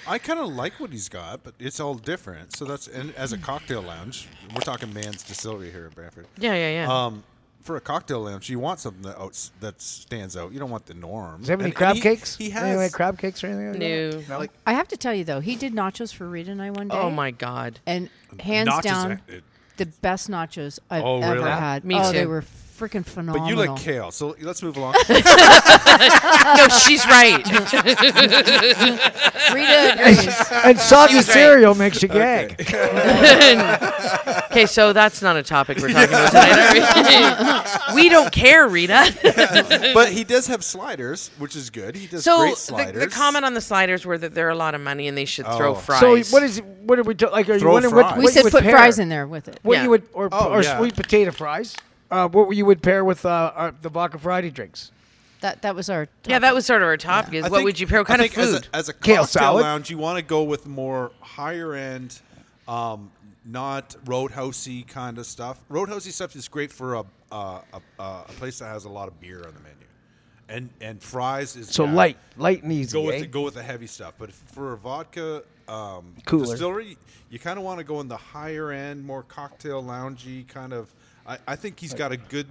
I kind of like what he's got, but it's all different. So that's and as a cocktail lounge. We're talking Man's Distillery here in Brantford.
Yeah, yeah, yeah.
Um, for a cocktail lounge, you want something that outs, that stands out. You don't want the norm.
Does he have any
And- and
crab
he-
cakes?
He
Any like
has.
crab cakes or anything?
No.
Like that? no.
I have to tell you though, he did nachos for Rita and I one day.
oh my god.
And hands
Nachos
down,
are- it-
the best nachos I've
Oh,
ever
really?
had.
Me
oh, they
too.
were freaking phenomenal.
But you like kale, so let's move along.
No, she's right.
Rita agrees.
And soggy
was right.
cereal makes you gag.
okay, so that's not a topic we're talking about tonight. are we? we don't care, Rita.
but he does have sliders, which is good. He does
So
great
the,
sliders.
the comment on the sliders were that they're a lot of money and they should throw
Oh.
fries.
So what is what are we do- like? Are you
Throw
wondering what,
fries.
We
what you
said
would
put
pair?
fries in there with it.
What
Yeah.
you would or,
Oh,
or
yeah.
sweet potato fries? Uh, what you would pair with uh, our, the vodka Friday drinks?
That that was our.
yeah, that was sort of our topic. Is
I
what
think-
would you pair? What
I
kind of
think as a-
food?
As a,
Kale
cocktail
salad?
lounge, you want to go with more higher end, um, not roadhousey kind of stuff. Roadhousey stuff is great for a uh, a, a a place that has a lot of beer on the menu, and and fries is
So
bad.
light, light and easy.
Go with
eh?
the, go with the heavy stuff, but if- for a vodka um,
Cooler.
distillery, you kind of want to go in the higher end, more cocktail loungy kind of. I, I think he's got a good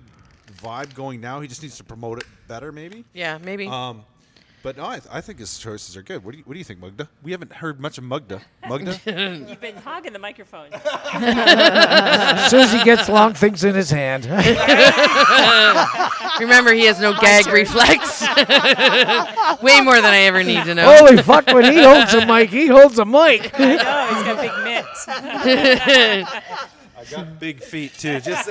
vibe going now. He just needs to promote it better, maybe.
yeah, maybe.
Um, but no, I, th- I think his choices are good. What do you What do you think, Mugda? We haven't heard much of Mugda. Mugda,
You've been hogging the microphone.
As soon as he gets long things in his hand,
Remember, he has no gag reflex. Way more than I ever need to know.
holy fuck! When he holds a mic, he holds a mic.
no, he's got big mitts.
I got big feet too. Just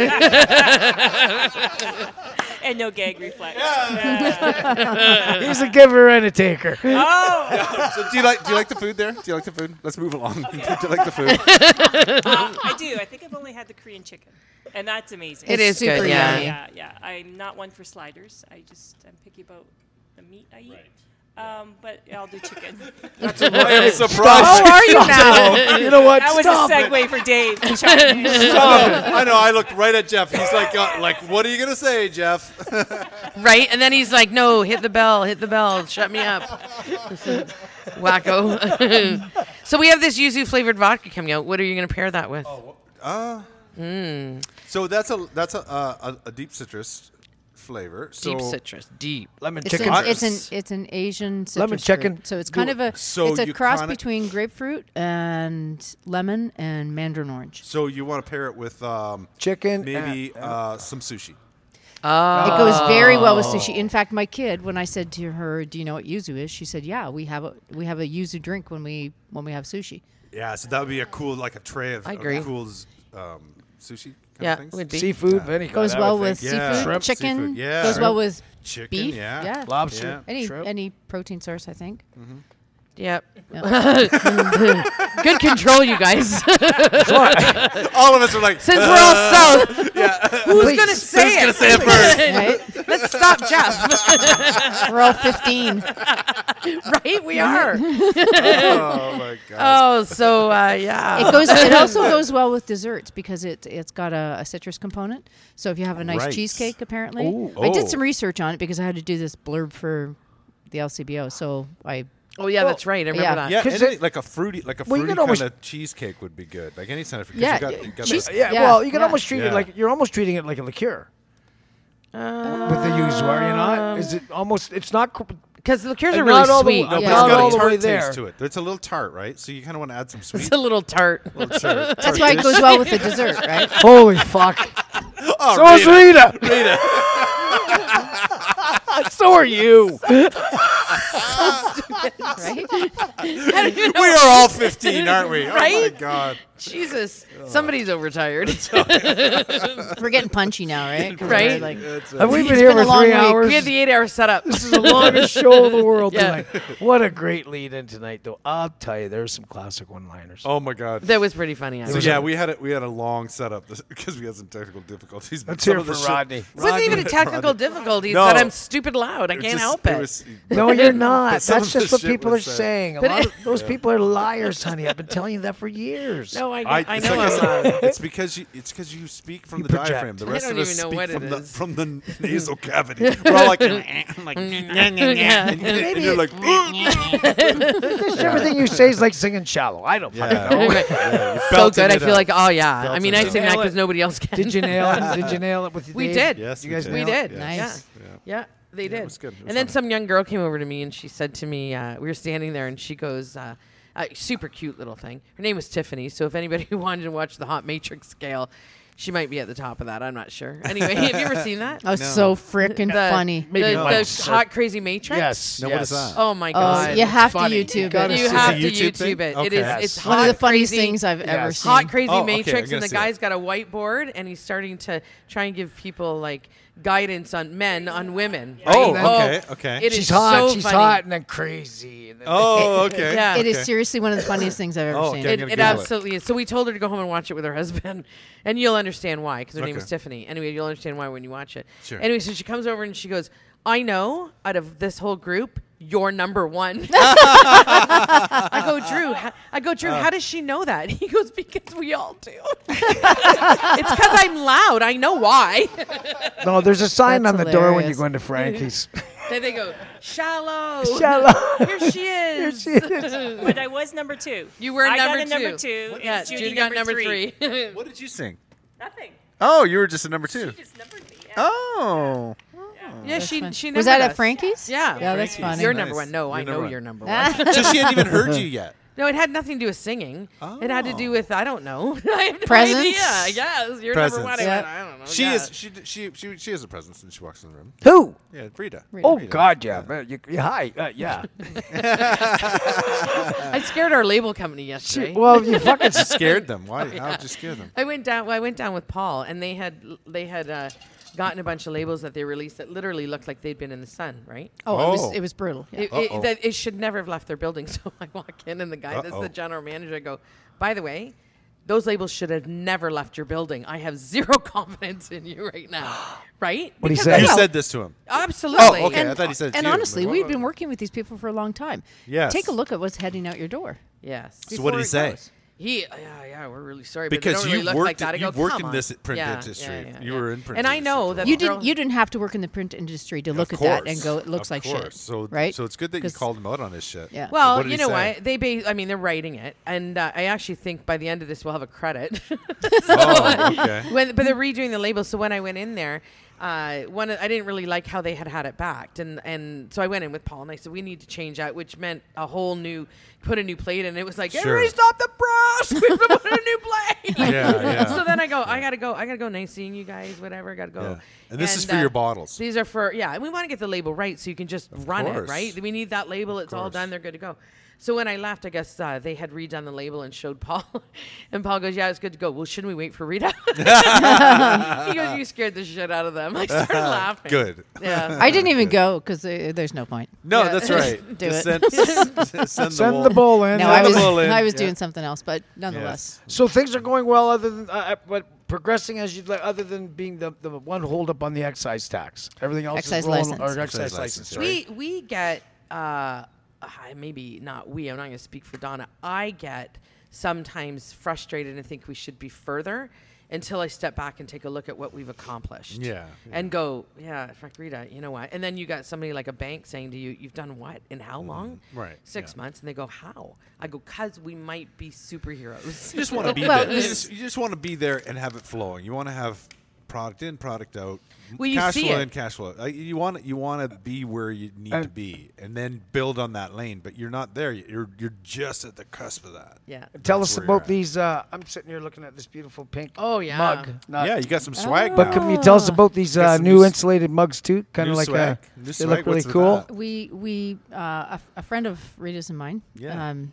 and no gag reflex.
He's a giver and a taker.
Oh,
so do you like Do you like the food there? Do you like the food? Let's move along. do you like the food?
Um, I do. I think I've only had the Korean chicken, and that's amazing.
It
It's
is
super
good, yeah.
yummy.
Yeah, yeah. I'm not one for sliders. I just I'm picky about the meat I eat. Um, but I'll do chicken.
I'm
How
surprised.
are you now?
You know what?
That was
Stop
a
it.
segue for Dave. Sorry.
I know. I looked right at Jeff. He's like, uh, like, what are you gonna say, Jeff?
Right? And then he's like, no, hit the bell, hit the bell, shut me up. Wacko. so we have this yuzu flavored vodka coming out. What are you going to pair that with?
Oh, So that's a that's a a, a deep citrus flavor. So
deep citrus. Deep.
Lemon
It's
chicken.
an,
Chicken.
it's an it's an Asian citrus
Lemon
fruit.
chicken.
So it's kind of a
So
it's a
you
cross
kinda-
between grapefruit and lemon and mandarin orange.
So you want to pair it with um,
Chicken,
maybe uh, some sushi.
It goes very well with sushi. In fact, my kid, when I said to her, "Do you know what yuzu is?" she said, "Yeah, we have a we have a yuzu drink when we when we have sushi."
Yeah, so that would be a cool, like a tray of,
I
of
agree.
cool z- um, sushi. Kind
Yeah,
of things.
would be.
seafood, of any kind.
Goes
I would
well
think.
with
yeah.
seafood,
Shrimp,
chicken.
seafood, yeah.
Goes well
Shrimp.
with
Chicken,
beef.
yeah.
lobster.
Yeah.
Any
shrimp.
any protein source, I think.
Yep. Good control, you guys.
All of us are like,
Since we're all
Uh,
south, who's going to say it?
gonna say it first?
Right?
Let's stop Jeff.
We're all 15.
right? We are.
oh my god!
Oh, so uh, yeah.
It goes. It also goes well with desserts because it it's got a, a citrus component. So if you have a nice
Right.
cheesecake, apparently,
Ooh.
I
Oh.
did some research on it because I had to do this blurb for the LCBO. So I
oh, yeah, that's right. I remember
yeah.
that.
Yeah,
'Cause
any,
it-
like a fruity, like a
Well, you
fruity
could almost-
kind of cheesecake would be good. Like any kind of 'cause
Yeah,
you got,
y-
you got
cheese-
the-
Yeah,
Yeah,
well, you can
yeah.
almost treat it
Yeah.
like you're almost treating it like a liqueur. with the yuzu, are you not? Is it almost? It's not
because liqueurs are
And
really
not all the-
sweet.
no,
but
Yeah.
it's got
Not all
a
the
tart
way
taste
there.
to it. It's a little tart, right? So you kind of want to add some sweet.
It's a little tart.
little tart.
That's why it goes well with the dessert, right?
Holy fuck.
Oh,
So is
Rita.
Rita. so are you.
Right?
We are all 15, aren't we? Oh my
Right?
god.
Jesus, somebody's overtired.
We're getting punchy now, right? 'Cause we're
Right?
Like,
Have we
It's
been here
been a
for
long
three
week.
hours?
we had the eight-hour setup.
This is the longest show in the world
Yeah.
tonight. What a great lead in tonight, though. I'll tell you, there's some classic one-liners.
Oh my god.
That was pretty funny.
so
Actually.
yeah, we had a, we had a long setup because we had some technical difficulties. but
Let's
some
hear
of
for
the shit-
Rodney.
It wasn't even a technical difficulty. It's that
No.
I'm stupid loud. I can't
just-
help it.
was-
No, you're not.
some
That's
of the
just what
shit
people are
was said.
saying. A
But
lot
it-
of those people are liars, honey. I've been telling you that for years.
no, I, I,
I, it's
know
like I
I'm
said,
loud.
it's because you it's because you speak from
You
the
project.
diaphragm. The
I
rest
don't
of us
even know
speak
what
from
it
the
is.
from the nasal cavity. We're all like, like and
Yeah.
you're like,
Just everything you say is like singing shallow. I don't fucking
Yeah.
know.
so
belting
good. I
it
feel
out.
like, oh yeah. I mean, I
Belting
sing
it out.
that because nobody else can.
Did you nail it? Did you nail it with your
We
Dave?
did.
Yes,
you
we
guys
did.
We
nailed
did.
it?
Yeah.
Nice.
Yeah. Yeah, they did.
it was good. It was
and then
fun.
some young girl came over to me and she said to me, uh, we were standing there and she goes, uh, uh, super cute little thing. Her name was Tiffany. So if anybody who wanted to watch the Hot Matrix scale, she might be at the top of that. I'm not sure. Anyway, have you ever seen that?
I was oh, so freaking
The-
funny.
The,
Maybe
the
once.
Hot Crazy Matrix?
Yes.
No, what
yes.
is that?
Oh my
Oh,
God.
you have to
funny.
YouTube
Gotta
it.
You
It's
have
a
to
YouTube
YouTube,
thing?
it. It
Okay.
is.
Yes.
It's
One
hot,
of the funniest
crazy-
things I've ever
Yes.
seen.
Hot crazy
Oh, okay, I'm
matrix,
gonna
and the
see
guy's got a whiteboard, and he's starting to try and give people like guidance on men, on women. right?
Oh, okay, okay.
It is
She's hot.
so
she's
funny.
hot and then crazy. And then
oh, okay.
Yeah.
It is
Okay.
seriously one of the funniest things I've ever
Oh,
seen.
okay.
It,
gonna
it
Google it.
absolutely is. So we told her to go home and watch it with her husband, and you'll understand why because her name
Okay.
was Tiffany. Anyway, you'll understand why when you watch it.
Sure.
Anyway, so she comes over and she goes, "I know out of this whole group, you're number one." I go, Drew. ho- I go, Drew.
Uh.
how does she know that? He goes, because we all do. it's because I'm loud. I know why.
No, there's a sign
That's
on the door when you
hilarious.
go into Frankie's.
then they go, shallow.
Shallow.
Here she is.
But I was number two.
You were
I
number
got a
two.
number two. and
Yeah,
Judy
Judy got number three.
What did you sing?
Nothing.
Oh, you were just a number
She
two.
just numbered me. yeah.
Oh.
yeah, she she numbered
was that at
us.
Frankie's?
Yeah.
Yeah,
Frankie's.
that's funny.
You're
Nice.
number one. No,
You're
I know
number one.
you're number one.
So she hadn't even heard you yet.
No, it had nothing to do with singing. It had to
Oh.
do with I don't know. I have no
Presence?
idea. Yes, you're
Presence.
number one. I
Yeah.
went, I don't know.
She
Oh, yeah.
is. She, d- she she she has a presence when she walks in the room.
Who?
Yeah, Rita.
Oh God, yeah, man. You, you- hi, uh, yeah.
I scared our label company yesterday.
well, you fucking.
You scared them. Why? How would you scare them?
I went down. Well, I went down with Paul, and they had they had uh, gotten a bunch of labels that they released that literally looked like they'd been in the sun. Right?
Oh, It,
Oh.
was, it was brutal. Yeah.
It,
Uh-oh.
it, that it should never have left their building. So I walk in, and the guy that's
Uh-oh.
the general manager. I go, by the way. Those labels should have never left your building. I have zero confidence in you right now, right?
What'd
Because
he say?
I
You
felt-
said this to him.
absolutely.
Oh, okay.
And-
I thought he said it to
and
you.
honestly,
Like,
we've
what-
been working with these people for a long time.
Yes.
Take a look at what's heading out your door.
yes.
So what did he
before it
say?
goes.
He, yeah, yeah, we're really sorry.
Because
but it don't really
you've
look
worked
like that. I
in-
go,
you've worked
"Come
in
on."
this print
Yeah,
industry.
yeah, yeah,
You
yeah.
were in print
and I
industry
know
for a
that
while.
You
the girl-
didn't. You didn't have to work in the print industry to look
Of
at that
course.
and go, "It looks
Of
like
course.
shit."
So
right?
So it's good that you
'Cause-
called him out on his shit.
Yeah.
Well,
What did
you
he
know
say?
what? They, ba- I mean, they're writing it, and uh, I actually think by the end of this we'll have a credit.
Oh, okay.
when, but they're redoing the label. So when I went in there, uh, one I didn't really like how they had had it backed, and and so I went in with Paul and I said we need to change that, which meant a whole new, put a new plate, in. it was like everybody stop the brush, we have to put a new plate.
Yeah, yeah.
So then I go, I gotta go, I gotta go. Nice seeing you guys, whatever. I gotta go. uh,
Yeah. And this is for your bottles.
These are for yeah, and we want to get the label right so you can just run
course.
it right. We need that label. it's all
course.
done. They're good to go. So when I left, I guess uh, they had redone the label and showed Paul, and Paul goes, "Yeah, it's good to go." Well, shouldn't we wait for Rita? he goes, "You scared the shit out of them." I started laughing.
Good.
Yeah.
I didn't even go because there's no point.
No,
Yeah.
that's right.
Do
Just
it.
Send, s- send,
Send
wall.
the bowl in.
No, I
the
was.
bull in,
I was
yeah.
doing something else, but nonetheless,
So things are going well, other than uh, uh, but progressing as you'd like, other than being the, the one holdup on the excise tax. Everything else
Excise
is rolling,
license.
Or excise,
Excise
license.
license,
sorry.
We we get uh, I- maybe not we. I'm not going to speak for Donna. I get sometimes frustrated and think we should be further until I step back and take a look at what we've accomplished.
Yeah,
And go, yeah, fuck Rita, you know what? And then you got somebody like a bank saying to you, you've done what and how long?
Mm-hmm. right,
Six
yeah.
months. And they go, how? I go, cause we might be superheroes.
You just want to be
Well,
there. You
this-
just, want to be there and have it flowing. You want to have product in, product out, m-
Well, you
cash
see
flow
it.
in, cash flow. Like, you want you want to be where you need to
And-
be, and then build on that lane. But you're not there. You're you're just at the cusp of that.
Yeah.
Tell
That's
us
where you're
about
at.
these. Uh, I'm sitting here looking at this beautiful pink
Oh, yeah.
mug. Not-
yeah, you got some swag.
But
now.
can you tell us about these
Get
uh,
some
new
new s-
insulated mugs too? Kind
new
of like uh,
swag. New
they
swag,
look really
what's with
cool.
that?
We we uh, a, f- a friend of Rita's and mine.
Yeah.
Um,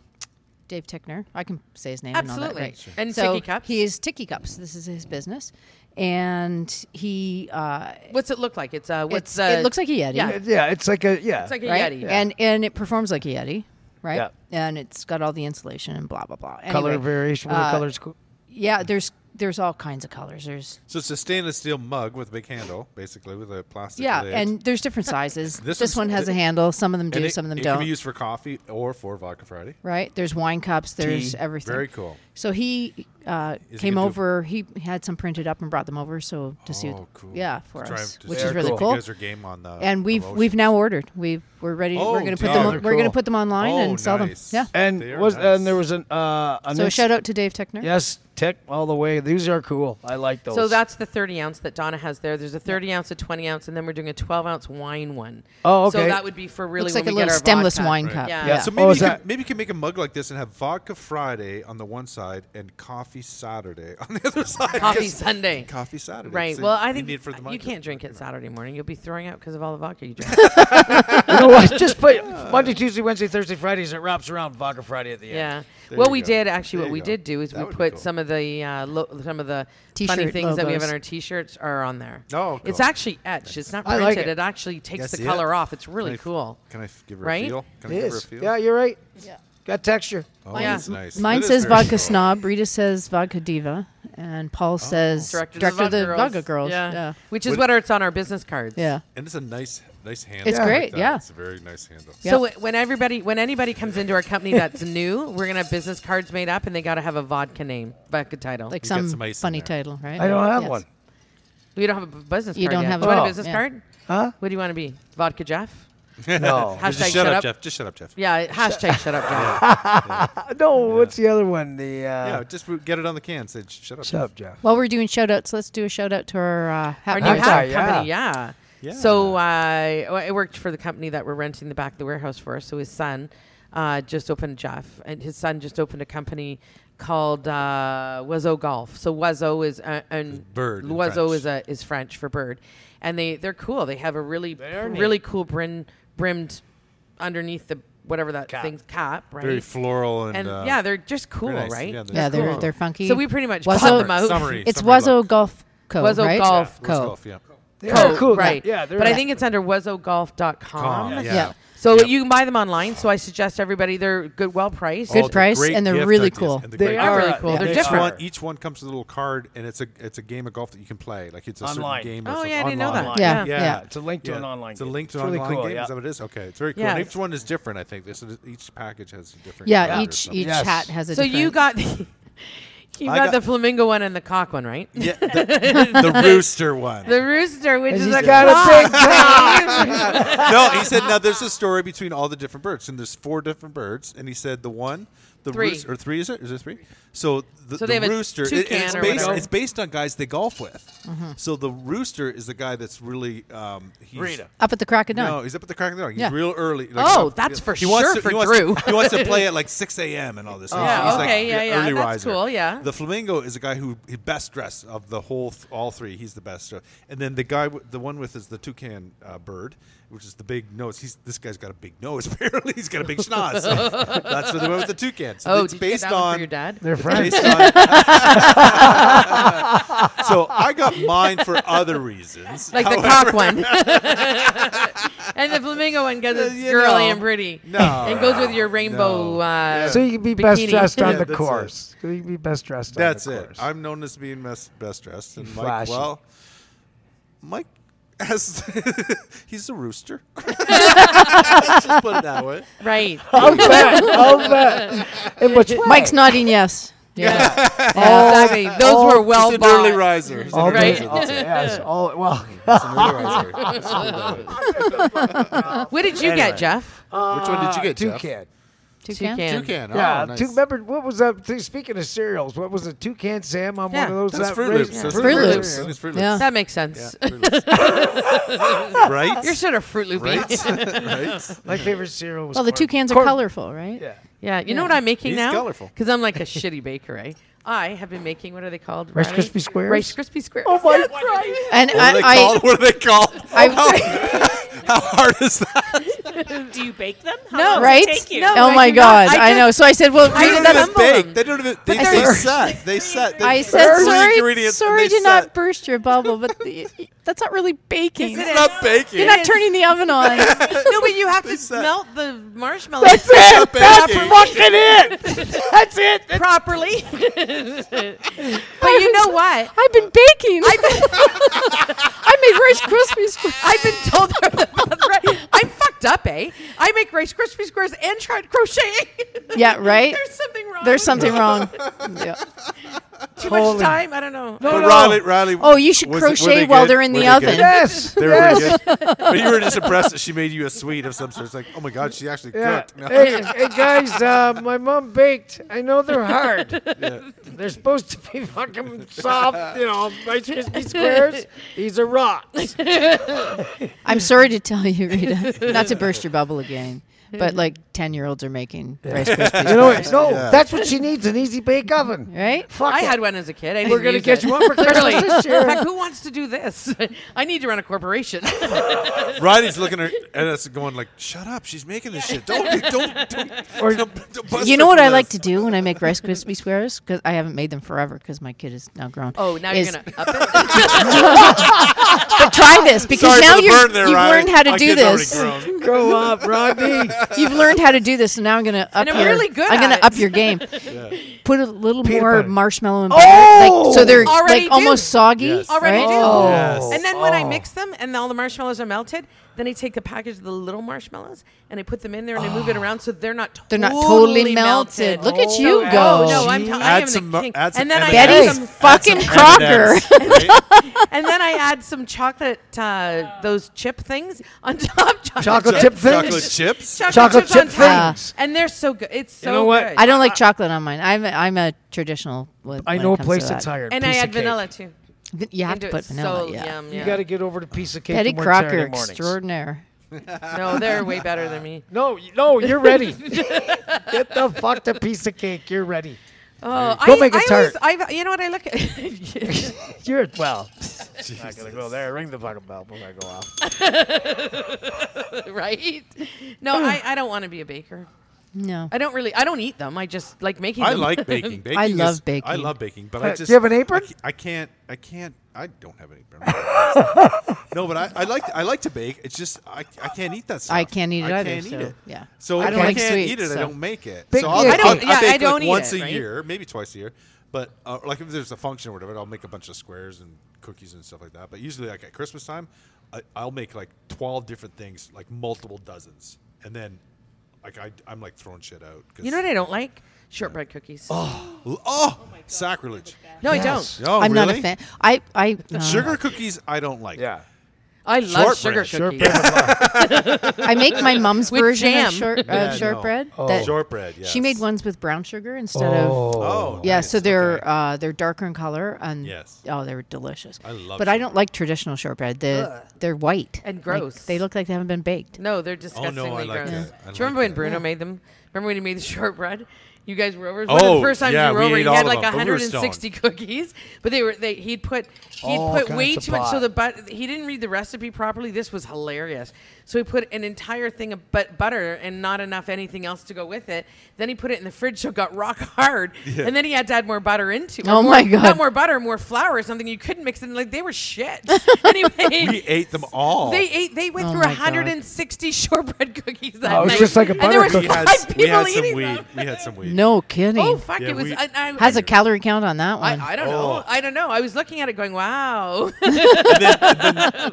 Dave Tickner. I can say his name. And, all
Absolutely.
that, right?
Sure. And
so
Tiki Cups.
He is Tiki Cups. This is his business, and he uh,
What's it look like? It's uh, what's
it's,
uh,
it looks like a yeti.
yeah.
Uh, Yeah, it's like a yeah.
it's like a
right?
yeti.
And and it performs like a Yeti, right?
Yeah.
And it's got all the insulation and blah blah blah.
color
Anyway,
variation. Where the
uh,
colors cool.
Yeah, there's there's all kinds of colors. There's
So it's a stainless steel mug with a big handle, basically with a plastic.
yeah,
lid.
and there's different sizes.
This
this
one's-
one has a
it-
handle. Some of them do,
And it-
some of them
it
don't.
can be used for coffee or for vodka Friday.
right? There's wine cups. There's
Tea.
everything.
Very cool.
So he uh,
Is he
came
gonna do-
over. He had some printed up and brought them over. So to see,
Oh, cool.
yeah,
To
for
try
us,
to
which
see
is
if
really
you
cool.
guys are game on the
And we've
promotion.
we've now ordered. We we're ready.
Oh,
we're gonna put
dear.
them.
Oh,
on-
they're
We're gonna
cool.
put them online
Oh,
and sell
nice.
them. Yeah.
And
They are
was
nice.
and there was an uh, an
So
ins-
shout out to Dave Techner.
Yes, tech all the way. These are cool. I like those.
So that's the 30 ounce that Donna has there. There's a 30 ounce, a 20 ounce, and then we're doing a 12 ounce wine one.
Oh,
So
okay.
that would be for really
Looks
when
like a
we get
little
our
stemless
vodka.
wine cup.
Yeah.
Yeah.
So
Oh,
maybe
is
you can,
that-
maybe you can make a mug like this and have vodka Friday on the one side and coffee Saturday on the other side.
Coffee
'Cause-
Sunday.
Coffee Saturday.
Right.
So
well,
you
I think
need
you,
it for the mug.
can't drink it Saturday morning. You'll be throwing up because of all the vodka you drink.
you know what? Just put Monday, Tuesday, Wednesday, Thursday, Fridays. It wraps around Vodka Friday at the end.
yeah.
There
well,
you
we
go.
did actually.
There
what
you
we
go.
did do is
That
we
would be
put
cool.
some of the uh, lo- some of the funny
T-shirt
things that we have on
logos.
our t-shirts are on there.
Oh,
it's
cool.
actually etched. It's not
I
printed.
like
it.
it.
actually takes
Yes,
the
yeah.
color off. It's really
Can I f-
cool.
Can I f- give her
Right?
a feel? Can I
It
give her a
is.
feel?
Yeah, you're right.
Yeah.
Got texture.
Oh,
Mine-
that's nice.
Mine
That is
says
very
vodka
cool.
snob. Rita says vodka diva, and Paul
Oh.
says
Director,
director,
of the,
of the vodka girls. Yeah, yeah.
Which is what, it's on our business cards.
And it's a nice, nice handle.
It's
I like
great,
that.
yeah.
It's a very nice handle.
Yeah.
So when everybody, when anybody comes into our company that's new, we're gonna have business cards made up, and they gotta have a vodka name, vodka title.
Like
You got
some,
some ice in
funny
there.
title, right?
I don't have
Yes.
one.
we don't have a business.
You
card
don't
yet.
have
Do you want a
one.
business
Yeah.
card?
Huh?
What do you want to be? Vodka Jeff?
No.
Hashtag
Just shut, up, Jeff. Just shut up, Jeff.
Yeah, hashtag shut up, Jeff.
no. What's the other one? The uh,
Yeah, just re- get it on the can. Say, "Sh- shut up.
Shut up, Jeff.
While we're doing shout outs, let's do a shout out to our uh,
Our
hat
new
party.
Hawkeye,
hat
yeah.
company, yeah.
Yeah.
So uh, I worked for the company that we're renting the back of the warehouse for. So his son uh, just opened Jeff, and his son just opened a company called uh, Wazo Golf. So Wazo is uh, and
bird in
Wazo
French.
is a is French for bird, and they they're cool. They have a really
are neat.
really cool brim brimmed underneath the whatever that
Cap.
thing cap right.
Very floral and,
and
uh,
yeah, they're just cool,
nice.
right?
Yeah,
Yeah, they're
cool.
they're funky.
So we pretty much
Wazo-
bought them out.
Summary.
it's
Somebody
Wazo
looked.
Golf Co.
Wazo
right?
Golf
Where's
Co.
golf? Yeah.
They are
Oh,
cool.
Right.
Yeah. They're
but I
nice.
think it's under wazogolf.com.
Com,
Yeah.
So
Yep.
you can buy them online. So I suggest everybody, they're good, well priced.
Good
All the
price,
great
and they're
gift
really
ideas
cool.
and the
They
great-
are really
are-
cool.
yeah,
They're
they
Each one,
different.
each one comes with a little card, and it's a it's a game of golf that you can play. Like it's a
Online.
certain game.
Oh,
it's
yeah, I didn't know
online.
that.
Yeah,
yeah.
yeah.
It's a link to
Yeah,
an online.
It's a
game.
link to
It's
an
really
online
cool,
game.
yeah.
Is that what it is? Okay, it's very cool.
Yeah.
And each one is different. I think this is, each package has a different.
Yeah,
color or
each
something.
each
Yes.
hat has a.
So you
different-
got the, you
I
got,
got-
the flamingo one and the cock one, right?
Yeah, the, the rooster one.
The rooster, which
And
is
he's
a
got a big
cock.
no, he said now there's a story between all the different birds, and there's four different birds, and he said the one, the
Three.
rooster, or three is it? Is there three? So the,
So they
the
have a
rooster, it-
toucan
and it's
or
based,
whatever. Mm-hmm.
it's based on guys they golf with. So the rooster is the guy that's really um, he's,
Rita.
up at the crack of dawn.
No, he's up at the crack of the dawn. He's
Yeah.
real early. like,
Oh,
up-
that's for
he wants
sure
to,
for
he wants,
Drew.
he wants to play at like 6 a.m. and all this.
Yeah,
he's like
okay, yeah, yeah,
early
that's
riser.
cool, yeah.
The flamingo is a guy who he best dressed of the whole th- all three. He's the best dressed. And then the guy, w- the one with is the toucan uh, bird, which is the big nose. He's this guy's got a big nose. Apparently, he's got a big schnoz. that's where they went with the toucan. So
Oh,
it's
did you get
based
that one
on
for your dad?
They're
it's
friends.
based on- so I got mine for other reasons.
Like the cock one. and the flamingo one because it's
you
girly
know.
and pretty.
No.
And goes with your rainbow.
No.
Uh,
So you can be best
Bikini.
dressed on the
Yeah, that's it.
course. So you can be best dressed
That's
on the
it.
course.
I'm known as being mes- best dressed. And Mike,
flashy.
well, Mike has he's a rooster. Just put it that way.
Right.
I'll bet. I'll bet. In which
Mike's nodding yes. Yeah.
Exactly. Those
oh,
were well
he's an
bought.
early riser. He's an
All
early
Right.
day,
riser.
all, yes, all, well,
He's an early riser. Let's put it that way.
What did you
Anyway.
get, Jeff?
Which one did you get, Jeff?
toucan.
Toucan?
Toucan.
Toucan.
yeah,
oh, nice.
two. Remember what was that? thing- Speaking of cereals, what was it? Toucan Sam on
Yeah,
one of those.
That's
that
Fruit
raised-
Loops. That's
Fruit Loops.
It was Fruit Loops.
Yeah.
That makes sense.
Yeah, Fruit Loops. right?
You're sort of Fruit Loopy.
right? right?
My favorite cereal was.
Well, the
corn-
toucans are
corn-
colorful, right?
Yeah.
yeah, you know what I'm making
He's
now?
colorful.
Because I'm like a shitty baker, eh? I have been making what are they called?
Rice
Riley?
Krispie Squares?
Rice Krispie Squares.
Oh my
Yes.
god!
And
What are they
I,
called? What are they called?
I, I,
How hard is that?
Do you bake them? How
No,
long
right?
Does it take you?
No.
oh
I
my
do not-
god,
I
I, know. So I said, well,
I
They
don't
don't
know
even
assemble
bake.
them.
They don't even. They,
But
they
they're-
set. They set. They
I
put
said,
three
sorry,
ingredients and
sorry
they
to not
set.
burst your bubble, but the, that's not really baking.
Yes, it
It's not baking.
You're not turning the oven on.
no, but you have to
said-
melt the marshmallows
That's it. That's
baking.
fucking it. That's it.
properly. but you know what?
I've been baking. I've been I made Rice Krispies. squares.
I've been told that about ri- I'm fucked up, eh? I make Rice Krispie Squares and tried crocheting.
Yeah, right?
There's something wrong.
There's something wrong. Yeah.
Too
Totally.
much time. I don't know.
But
no.
Riley, Riley.
Oh, you should
was it- were
crochet
they
while
good?
they're in
Were
the
they
oven.
good?
Yes.
They were
yes.
really good. But you were just impressed that she made you a sweet of some sort. It's like, oh my god, she actually
Yeah.
cooked. No.
hey, hey, guys, uh, my mom baked. I know they're hard. They're supposed to be fucking soft, you know, Rice Krispie Squares. These are rocks.
I'm sorry to tell you, Rita, not to burst your bubble again, but like 10 year olds are making Rice Krispies.
You know, what? no,
Yeah.
that's what she needs an easy bake oven.
Right?
Fuck
I
it.
had one as a kid. I
We're
didn't
gonna
use it.
get you one for
Clearly.
Christmas this
In
year.
fact, who wants to do this? I need to run a corporation.
Riley's looking at us going like, shut up. She's making this shit. Don't don't don't.
Or-
don't, don't bust
You
her
know what
for
I like to
this."
do when I make Rice Krispie squares? Because I haven't made them forever because my kid is now grown.
oh, now
is-
you're gonna up it.
But try this because
Sorry
now
for the
you're,
burn there,
you've
Riley.
learned how to
My
do
kid's already
this.
grown.
Grow up, Rodney.
You've learned how to do this, and now I'm gonna
I'm
up your.
really good
I'm
at
gonna
it.
up your game. Put a little
Peanut
more
butter.
marshmallow and butter, like, so they're
Oh! Already
like
do.
almost soggy.
Yes.
Already
right?
do.
Oh.
Yes.
And then when I
Oh.
mix them and all the marshmallows are melted, then I take the package of the little marshmallows and I put them in there and I move it around so they're not totally
Oh. They're not totally melted. Look at you go.
Oh, no, I'm t- I
Add
am
some
the
mo-
king.
add some
and then I
M&Ms.
add
Betty's
some,
fucking Crocker.
M&Ms, right?
and then I add some chocolate uh, those chip things on top. Chocolate,
Chocolate
chip,
chip
Chocolate
things.
chips.
chocolate,
Chocolate
chips
chip
on top.
things.
and they're so good. It's so
You know what?
good.
I don't like chocolate on mine. I'm a, I'm a traditional. With,
I
when
know
it
a
comes
place
to
that's
that.
higher.
and I add vanilla too.
Th- You have
into
to
it.
put vanilla.
So
yeah.
yum,
You
yeah.
got to get over to piece of cake.
Betty
and work
Crocker,
Saturday mornings.
extraordinaire.
No, they're way better than me.
No, y- no, you're ready. Get the fuck to piece of cake. You're ready.
Oh,
Go
I,
make a
I Always,
tart.
I've, you know what I look at?
You're well. Not gonna go there. Ring the fucking bell before I go off.
right? No, I, I don't want to be a baker.
No.
I don't really. I don't eat them. I just like making.
I
them.
like baking. baking
I love
is, I
baking.
love baking, but
Uh,
I
do
just
you have an apron?
I, c- I can't. I can't. I don't have an apron. no, but I, I like I like to bake. It's just I, I can't eat that stuff.
I can't eat it either,
can't eat
so,
it.
yeah.
So
I
if
don't
I
like
can't
sweets,
eat it.
so.
I don't make it.
Bake
so
me a
I'll,
cake.
I'll-
I don't- yeah,
I'll bake
I don't
like
eat
once
it,
a
right?
year, maybe twice a year. But uh, like if there's a function or whatever, I'll make a bunch of squares and cookies and stuff like that. But usually, like at Christmas time, I, I'll make like twelve different things, like multiple dozens, and then like I, I'm like throwing shit out. 'cause-
You know what I don't like? Shortbread cookies.
Oh, oh sacrilege!
no, I
Yes.
don't.
Oh,
I'm
really?
not a fan. I I uh, no.
Sugar cookies, I don't like.
I love sugar
Shortbread.
cookies.
I make my mom's
With
version
jam.
of, short, of
Yeah, no.
shortbread.
Oh.
that-
Shortbread,
She made
yes.
ones with brown sugar instead of
Oh,
Yeah,
nice.
so they're
Okay.
uh, they're darker in color and
Yes.
oh, they're delicious.
I love
but I don't
shortbread.
like traditional shortbread. They they're white
And
Like,
gross.
they look like they haven't been baked.
No, they're disgustingly
Oh, I like
gross.
that. I
Do you
like
remember when
that.
Bruno made them? Remember when he made the shortbread? You guys were over. It was one of
Oh,
the first times
yeah,
you were
we
over.
ate
He
all
had
of
like
them, but we were stoned.
160 cookies, but they were they he'd put he'd
All
put
kinds
way
of
too much. So
pot.
the but he didn't read the recipe properly. This was hilarious. So he put an entire thing of but butter and not enough anything else to go with it. Then he put it in the fridge, so it got rock hard. And then he had to add more butter into. it.
Oh my God.
Not more butter, more flour or something. You couldn't mix it. Like they were shit. anyway,
We ate them all.
they ate. They went
Oh
through
my
160 shortbread cookies that
Oh, it was
night.
just like a
and there
butter
was
we
cookie.
five
had,
people
we had
eating
some weed.
them.
We had some weed.
No kidding.
Oh fuck!
Yeah,
it was.
we-
I, I,
Has a calorie count on that one.
I, I don't know.
Oh.
I don't know. I was looking at it, going, "Wow,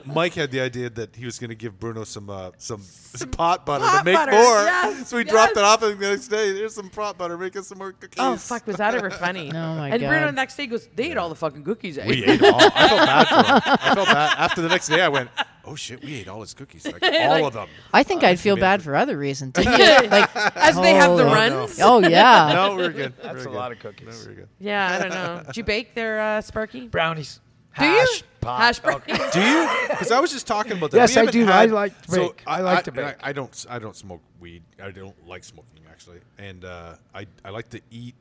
Mike had the idea that he was going to give Bruno some uh, some, some pot butter
pot
to make
butter,
more.
yes,
so we dropped
yes.
it off, and the next day, there's some pot butter. Make us some more cookies.
oh fuck, was that ever funny?"
Oh, my
and Bruno
God.
the next day goes, "They ate all the fucking cookies." I
We
ate."
ate them all. I felt bad for him. I felt bad. After the next day, I went, oh shit, we ate all his cookies, like all of them.
I think I'd feel
committed
bad
to-
for other reasons. like,
As they have the
Oh, no.
runs.
oh yeah,
No, we're good. That's
a lot of cookies.
No, we're good.
Yeah, I don't know. Did you bake their uh, Sparky?
Brownies.
Do you?
Hash pot.
Hash brown.
Do you? Because I was just talking about that.
Yes,
We
I
haven't
do.
had-
I like to bake. I like to
and
bake.
I, I don't. s- I don't smoke weed. I don't like smoking actually, and uh, I I like to eat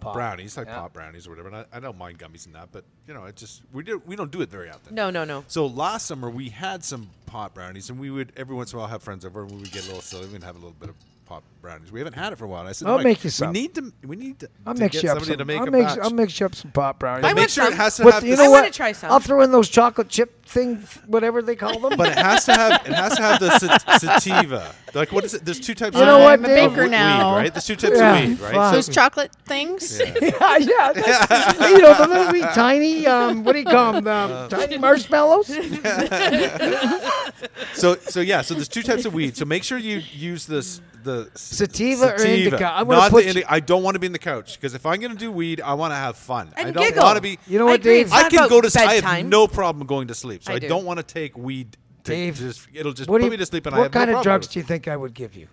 Pot.
brownies, like
Yeah.
pop brownies or whatever. And I, I don't mind gummies and that, but you know, it just we do we don't do it very often.
No, no, no.
So last summer we had some pot brownies, and we would every once in a while have friends over, and we would get a little silly and have a little bit of pot brownies. We haven't had it for a while. And I said,
I'll
Mike,
make you some.
We need to. We need to.
I'll
to
mix
get
you up
somebody
some.
to make
I'll,
a
mix,
batch.
I'll mix you up some pot brownies.
I
make
want
sure
some.
it has to
But
have.
you
this-
know
I
what?
wanna try some.
I'll throw in those chocolate chip thing, whatever they call them.
but it has to have it has to have the sa- sativa. Like what is it? There's two types.
You
of
know what,
of
Dave? Baker
weed,
now.
right? There's two types
Yeah,
of weed, right?
fuck.
those chocolate things.
yeah, yeah. that's- you know, the little wee tiny, um, what do you call them? The
Uh,
tiny marshmallows?
So, so so yeah. So there's two types of weed. So make sure you use this the s-
Sativa or indica. I'm gonna
Not
put
the
you-
indica. I don't want to be in the couch because if I'm gonna do weed, I want to have fun. I
And
don't
giggle.
want to be.
You know what,
I agree,
Dave?
it's
I
not
can
about
go to. s- I have
bedtime.
no problem going to sleep. So
I
I,
do.
don't want to take weed. To
Dave,
just, it'll just
What
put
do you-
me to sleep, and I
what
have
kind
no
of
problem
drugs
with
do you think I would give you?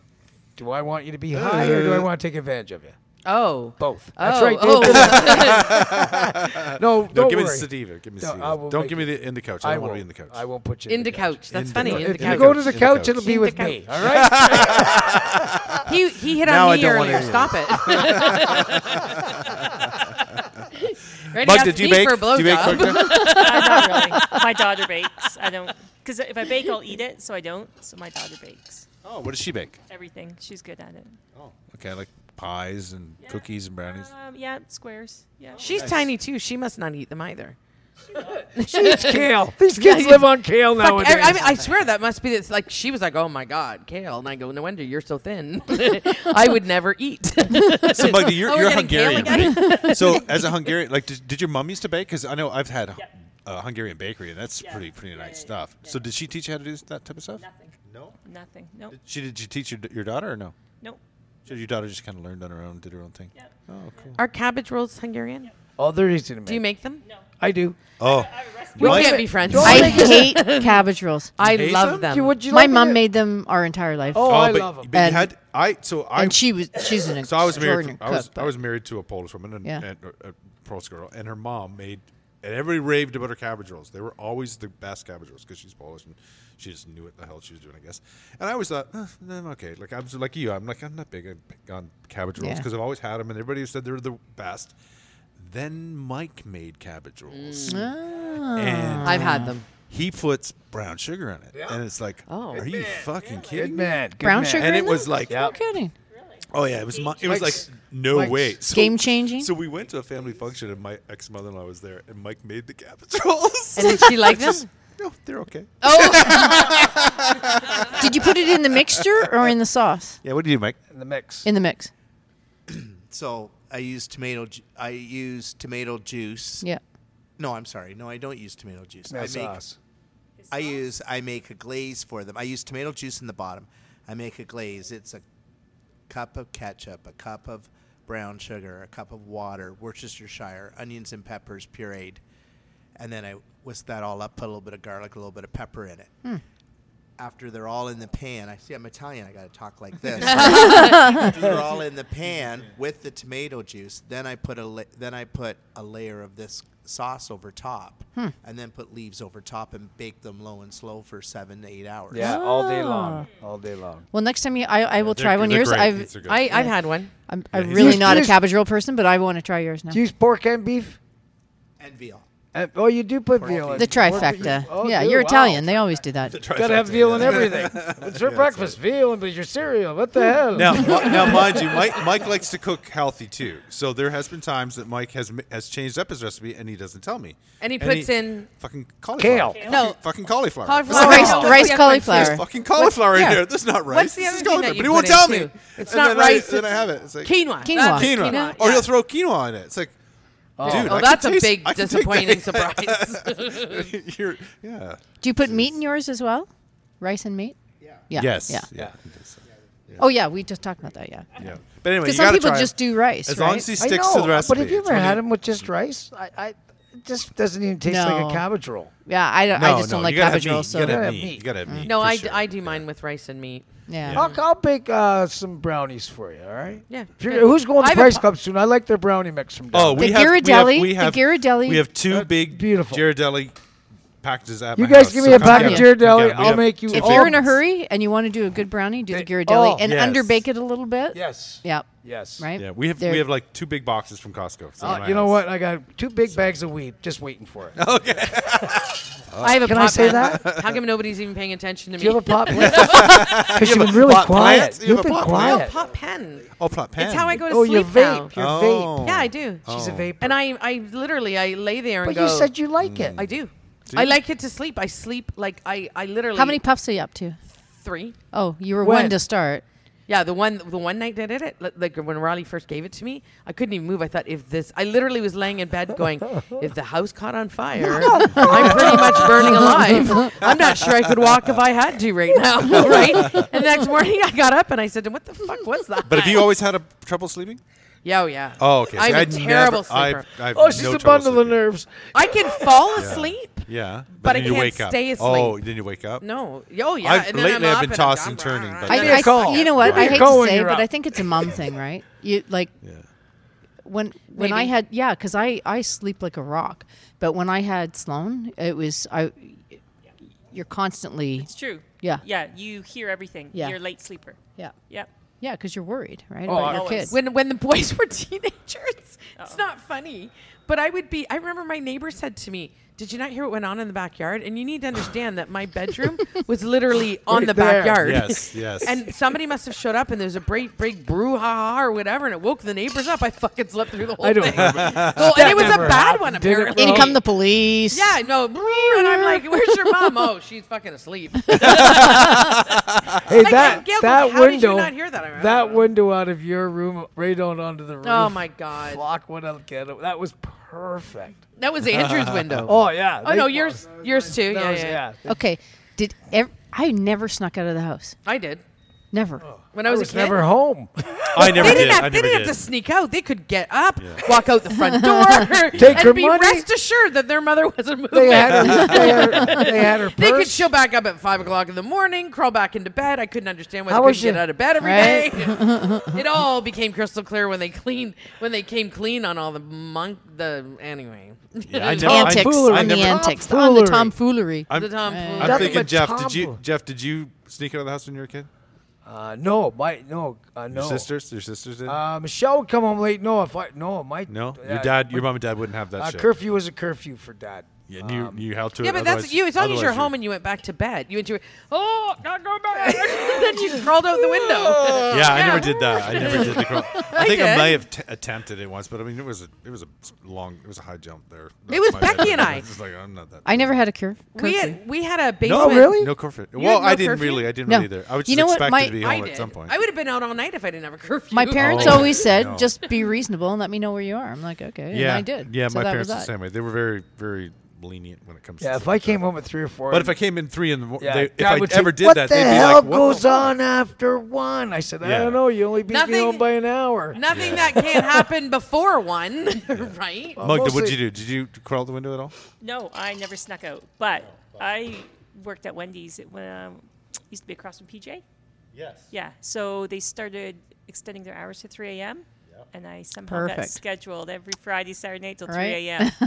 Do I want you to be high or do I
Uh,
want to take advantage of you?
Oh.
Both. That's
Oh,
right,
oh.
No,
it. No,
don't
give me
worry.
the sativa. Give me
No,
the
I will
sativa. Don't
make
give me
you-
the in the couch. I don't want to
won't.
be in the couch.
I won't put you
in the couch. That's
In the
funny.
couch.
In the
If
couch.
you go to the
In the couch.
couch, it'll be
In
with
the
me.
couch.
All right.
he he hit
Now I
on me
don't want
earlier.
to hear
Stop it. Ready
Mike, did you bake?
for a
Do you bake
blowjob.
quick time?
Uh, not really. My daughter bakes. I don't. Because if I bake, I'll eat it, so I don't. So my daughter bakes
Oh, what does she bake?
everything. She's good at it.
Oh, okay, like pies and cookies and brownies.
Um, yeah, squares. Yeah.
She's tiny too. She must not eat them either.
She's kale. These kids live on kale
Fuck,
nowadays.
I, I, mean, I swear that must be this. Like she was like, "Oh my god, kale," and I go, "No wonder you're so thin. I would never eat."
So, Magda, you're,
Oh, we're
you're
getting
Hungarian,
Gaelic
right? so, as a Hungarian, like, did, did your mom used to bake? Because I know I've had
Yeah.
uh, Hungarian bakery, and that's pretty pretty nice stuff. So, did she teach you how to do that type of stuff?
Nothing.
No.
Nothing. Nope.
Did she did she teach your, your daughter or no?
Nope.
So your daughter just kind of learned on her own, did her own thing.
Yep.
Oh, cool.
Are cabbage rolls Hungarian?
oh, there is in
Do you make them?
No.
I do.
Oh,
I have a recipe.
We
Mike-
can't be friends.
Don't
I
I,
make-
hate cabbage rolls.
I
Hate
love
them?
them.
You- would you
My
like me
mom
to-
made them our entire life,
Oh, I
but,
love 'em.
but you
And-
had I so I
and she was she's an
So I was married.
extraordinary
I was
cook.
I
but-
was married to a Polish woman and,
Yeah.
and a, a Polish girl, and her mom made. And everybody raved about her cabbage rolls. They were always the best cabbage rolls because she's Polish and she just knew what the hell she was doing, I guess. And I always thought, eh, no, I'm okay. Like I'm like you. I'm like I'm not big on- on cabbage rolls
Yeah.
because I've always had them, and everybody said they're the best. Then Mike made cabbage rolls,
Ah.
and
I've had them.
he puts brown sugar on it, and it's like,
Oh.
are you fucking
Good
kidding me?
man. Good
brown
man.
sugar,
And
in
it was
them?
like,
No kidding.
Oh yeah, it was my, it was like
Mike's-
no
Mike's
way. So,
game changing?
So we went to a family function and my ex mother in law was there and Mike made the cabbage rolls.
And did she like them?
no, they're okay.
Oh,
Did you put it in the mixture or in the sauce?
Yeah, what do you do, Mike?
In the mix.
In the mix.
So I use tomato. Ju- I use tomato juice.
Yeah.
No, I'm sorry. No, I don't use tomato juice.
No
I make.
sauce.
I use. I make a glaze for them. I use tomato juice in the bottom. I make a glaze. It's a cup of ketchup, a cup of brown sugar, a cup of water, Worcestershire, onions and peppers pureed, and then I whisk that all up. Put a little bit of garlic, a little bit of pepper in it. After they're all in the pan, I see I'm Italian. I got to talk like this. they're all in the pan with the tomato juice. Then I put a la- then I put a layer of this sauce over top, and then put leaves over top and bake them low and slow for seven to eight hours.
Yeah, all day long. All day long.
Well, next time you, I, I will
They're-
try one
they're
yours.
great.
I've,
These are good.
I, I've had one.
I'm, I'm
he's-
really
Use-
not a
use-
cabbage roll person, but I want to try yours now.
Do you use pork and beef?
And veal.
Uh, oh, you do put veal in.
The
Pork and
trifecta.
beef. Oh,
yeah,
do?
you're
Wow.
Italian. They always do that.
Gotta have veal in everything. It's your breakfast, veal, and your cereal. What the hell?
Now, mi- now, mind you, Mike Mike likes to cook healthy too. So there has been times that Mike has mi- has changed up his recipe and he doesn't tell me.
And he puts in-
fucking cauliflower.
Kale.
No.
Fucking- fucking cauliflower.
Cauliflower.
Rice-
What's the
rice
other one?
cauliflower.
There's fucking cauliflower in
yeah.
here. This is not rice.
What's the
this
other
is
thing
cauliflower,
that you
but he won't
put in
tell me.
too? It's
And
not
then
rice,
I, then I
it's
have it. It's like
Uh, Quinoa.
Quinoa.
That's it,
quinoa, or
yeah.
he'll throw quinoa in it. It's like, dude,
Oh,
I can
that's a
taste-
big
I can take
disappointing
that.
surprise.
You're- yeah.
Do you put meat in yours as well? Rice and meat? Yeah. yeah.
Yes.
Yeah.
Yeah.
Oh yeah, we just talked about that. Yeah.
yeah. But anyway, you
Because some
gotta
people
try 'em.
just do rice.
As
right?
long as he
I
sticks
know,
to the recipe.
But have you
it's
ever
when
had them with just rice? I, I just doesn't even taste like
No.
a cabbage roll.
Yeah, I, don't, I
No,
just
no,
don't
you
like
gotta have
cabbage
meat.
rolls. So
you gotta
Yeah,
have meat.
meat.
You gotta have meat.
No,
for
I,
sure.
I do mine with rice and meat.
yeah.
Yeah.
I'll, I'll bake uh, some brownies for you. All right.
Yeah.
If you're- Who's going to
I have a
Price
pro-
Club soon? I like their brownie mix from.
Oh,
down
we
The
have,
Ghirardelli-
We
the
have, we have,
Ghirardelli-
We have two big
beautiful.
Ghirardelli packages at
You
my
guys
house,
give
so
me a
come
pack of
get
yeah.
it. Come
Ghirardelli.
get it. We
I'll
have-
make you.
If
all
you're in
of
a
them.
hurry and you want to do a good brownie, do the
Oh. They-
Ghirardelli
oh,
and
yes.
underbake it a little bit.
Yes.
Yep.
Yes.
Right.
Yeah, we have
They're-
we have like two big boxes from Costco. so
Uh,
my
you know
house.
what? I got two big bags of weed just waiting for it.
I have a
Can I
pot
say
plant. How come nobody's even paying attention to me?
Do you have a pot plant? Because you've been really
pot plant?
quiet.
You
You've
have a
been
pot
no,
plant?
quiet.
pot pen.
Oh, plot pan.
It's how I go to
Oh, your
sleep now.
vape. Your
Oh.
vape.
Yeah, I do.
She's a vape.
And I, I literally, I lay there and
But
go.
you said you like
Mm.
it.
I do. I like it to sleep. I sleep like I, I literally.
How many puffs are you up to?
Three.
Oh, you were
When?
one to start.
Yeah, the one the one night that I did it, li- like when Raleigh first gave it to me, I couldn't even move. I thought if this, I literally was laying in bed going, if the house caught on fire, I'm pretty much burning alive. I'm not sure I could walk if I had to right now, right? And the next morning I got up and I said, to him, what the fuck was that?
But have you always had a trouble sleeping?
Yeah, oh, yeah.
Oh, okay.
I'm
a
a terrible sleeper.
I've, I've
Oh, she's
no
a
trouble
bundle of
sleeping.
nerves.
I can fall asleep.
Yeah, but,
But
then
I
you
can't
wake up.
stay asleep.
Oh, then you wake up.
No. Oh, yeah.
I've-
and then I'm
lately I've
up
been
and
tossing
I'm-
and turning, but-
I,
Give me
I, I,
call.
you know what?
Give me
I
a
hate
call
to
when
say,
you're
but I
up.
think it's a mom thing, right? You like when when I
Maybe.
had yeah, because I I sleep like a rock, but when I had Sloan, it was I. You're constantly
It's true.
Yeah.
Yeah. You hear everything.
Yeah.
You're a late sleeper.
yeah
Yep.
yeah because you're worried right
Oh,
about your
always.
kids.
Oh, when when the boys were teenagers.
Uh-oh.
It's not funny, but I would be. I remember my neighbor said to me, "Did you not hear what went on in the backyard?" And you need to understand that my bedroom was literally on
Right
the
there.
backyard.
Yes, yes.
And somebody must have showed up, and there's a big, big brouhaha or whatever, and it woke the neighbors up. I fucking slept through the whole
I don't
thing.
remember.
Well, and it was a
never
bad
happened,
one,
did it,
apparently.
in come the police.
Yeah, no, and I'm like, "Where's your mom?" Oh, she's fucking asleep.
Hey,
Like,
that
Gail goes,
that
"How did you
window,
not hear that?" I don't
that
know.
window out of your room, right on onto the roof.
Oh my god,
Flock went out get it. That was perfect.
that was Andrew's window.
Oh yeah.
Oh
they-
no, yours, yours too.
That
Yeah,
was-
yeah,
yeah.
Okay. Did ev- I never snuck out of the house?
I did
Never.
when I was,
was
a kid.
never home.
I never
they
did.
didn't, have, they
I never
didn't
did.
have to sneak out. They could get up, walk out the front door,
Take
and
her
be
money.
rest assured that their mother wasn't moving.
They
They,
had her. They had her, they had her
could
purse.
show back up at five o'clock in the morning, crawl back into bed. I couldn't understand why
How
they
was
couldn't get
your-
out of bed every day.
Right.
it all became crystal clear when they cleaned when they came clean on all the monk the anyway.
Yeah, I
The
never- I-
antics
I
on the
never-
antics on the
Tomfoolery.
tomfoolery.
I'm,
tomfoolery.
I'm
Nothing
thinking,
but
Jeff. Did you,
tomfoolery.
Jeff? Did you sneak out of the house when you were a kid?
Uh, no, my no, uh, no.
Your sisters? Your sisters did?
Uh, Michelle would come home late. No, if I no, my
no.
yeah,
Your dad, your mom and dad wouldn't have that
Uh,
shit.
curfew was a curfew for dad.
Yeah, and you, you held to it.
Yeah, but that's
otherwise-
you. As long as you're
otherwise
home and you went back to bed, you went to oh, not go back. then you crawled out the window.
Yeah, I never
Yeah.
did that. I never did the crawl. I,
I
think I
did.
may have t- attempted it once, but I mean, it was a, it was a long, it was a high jump there. That's
was
my
Becky
bad.
and I.
It's like I'm not that.
I never had a cure.
we had we had a basement.
No curfew.
You
well,
had no
I didn't
curfew?
really. I didn't
No.
really either. I was
You
just
know what?
expected
My-
to be
I
home
did.
oh, at some point.
I would have been out all night if I didn't have a curfew.
My parents
Oh.
always said,
No.
"Just be reasonable and let me know where you are." I'm like, "Okay,"
yeah,
and I did.
Yeah,
So
my
that
parents
was
the
that.
same way. They were very, very lenient when it comes. to
Yeah, if
stuff
I
like
came
that.
home at three or four,
but if I came in three in the morning,
Yeah,
they, if
Dad
I
would say,
ever did
what
that,
the
they'd be
hell
like, "What
goes on after one?" I said,
Yeah.
"I don't know. You only beat me
Nothing-
home by an hour."
Oh,
Nothing that can't happen before one, right?
Mugda, what'd
Mostly-
you do? Did you crawl out the window at all?
No, I never snuck out. But I worked at Wendy's. It um, used to be across from PJ.
Yes.
Yeah. So they started extending their hours to 3 a.m. And I somehow got
Perfect.
scheduled every Friday, Saturday night till 3
Right.
a.m.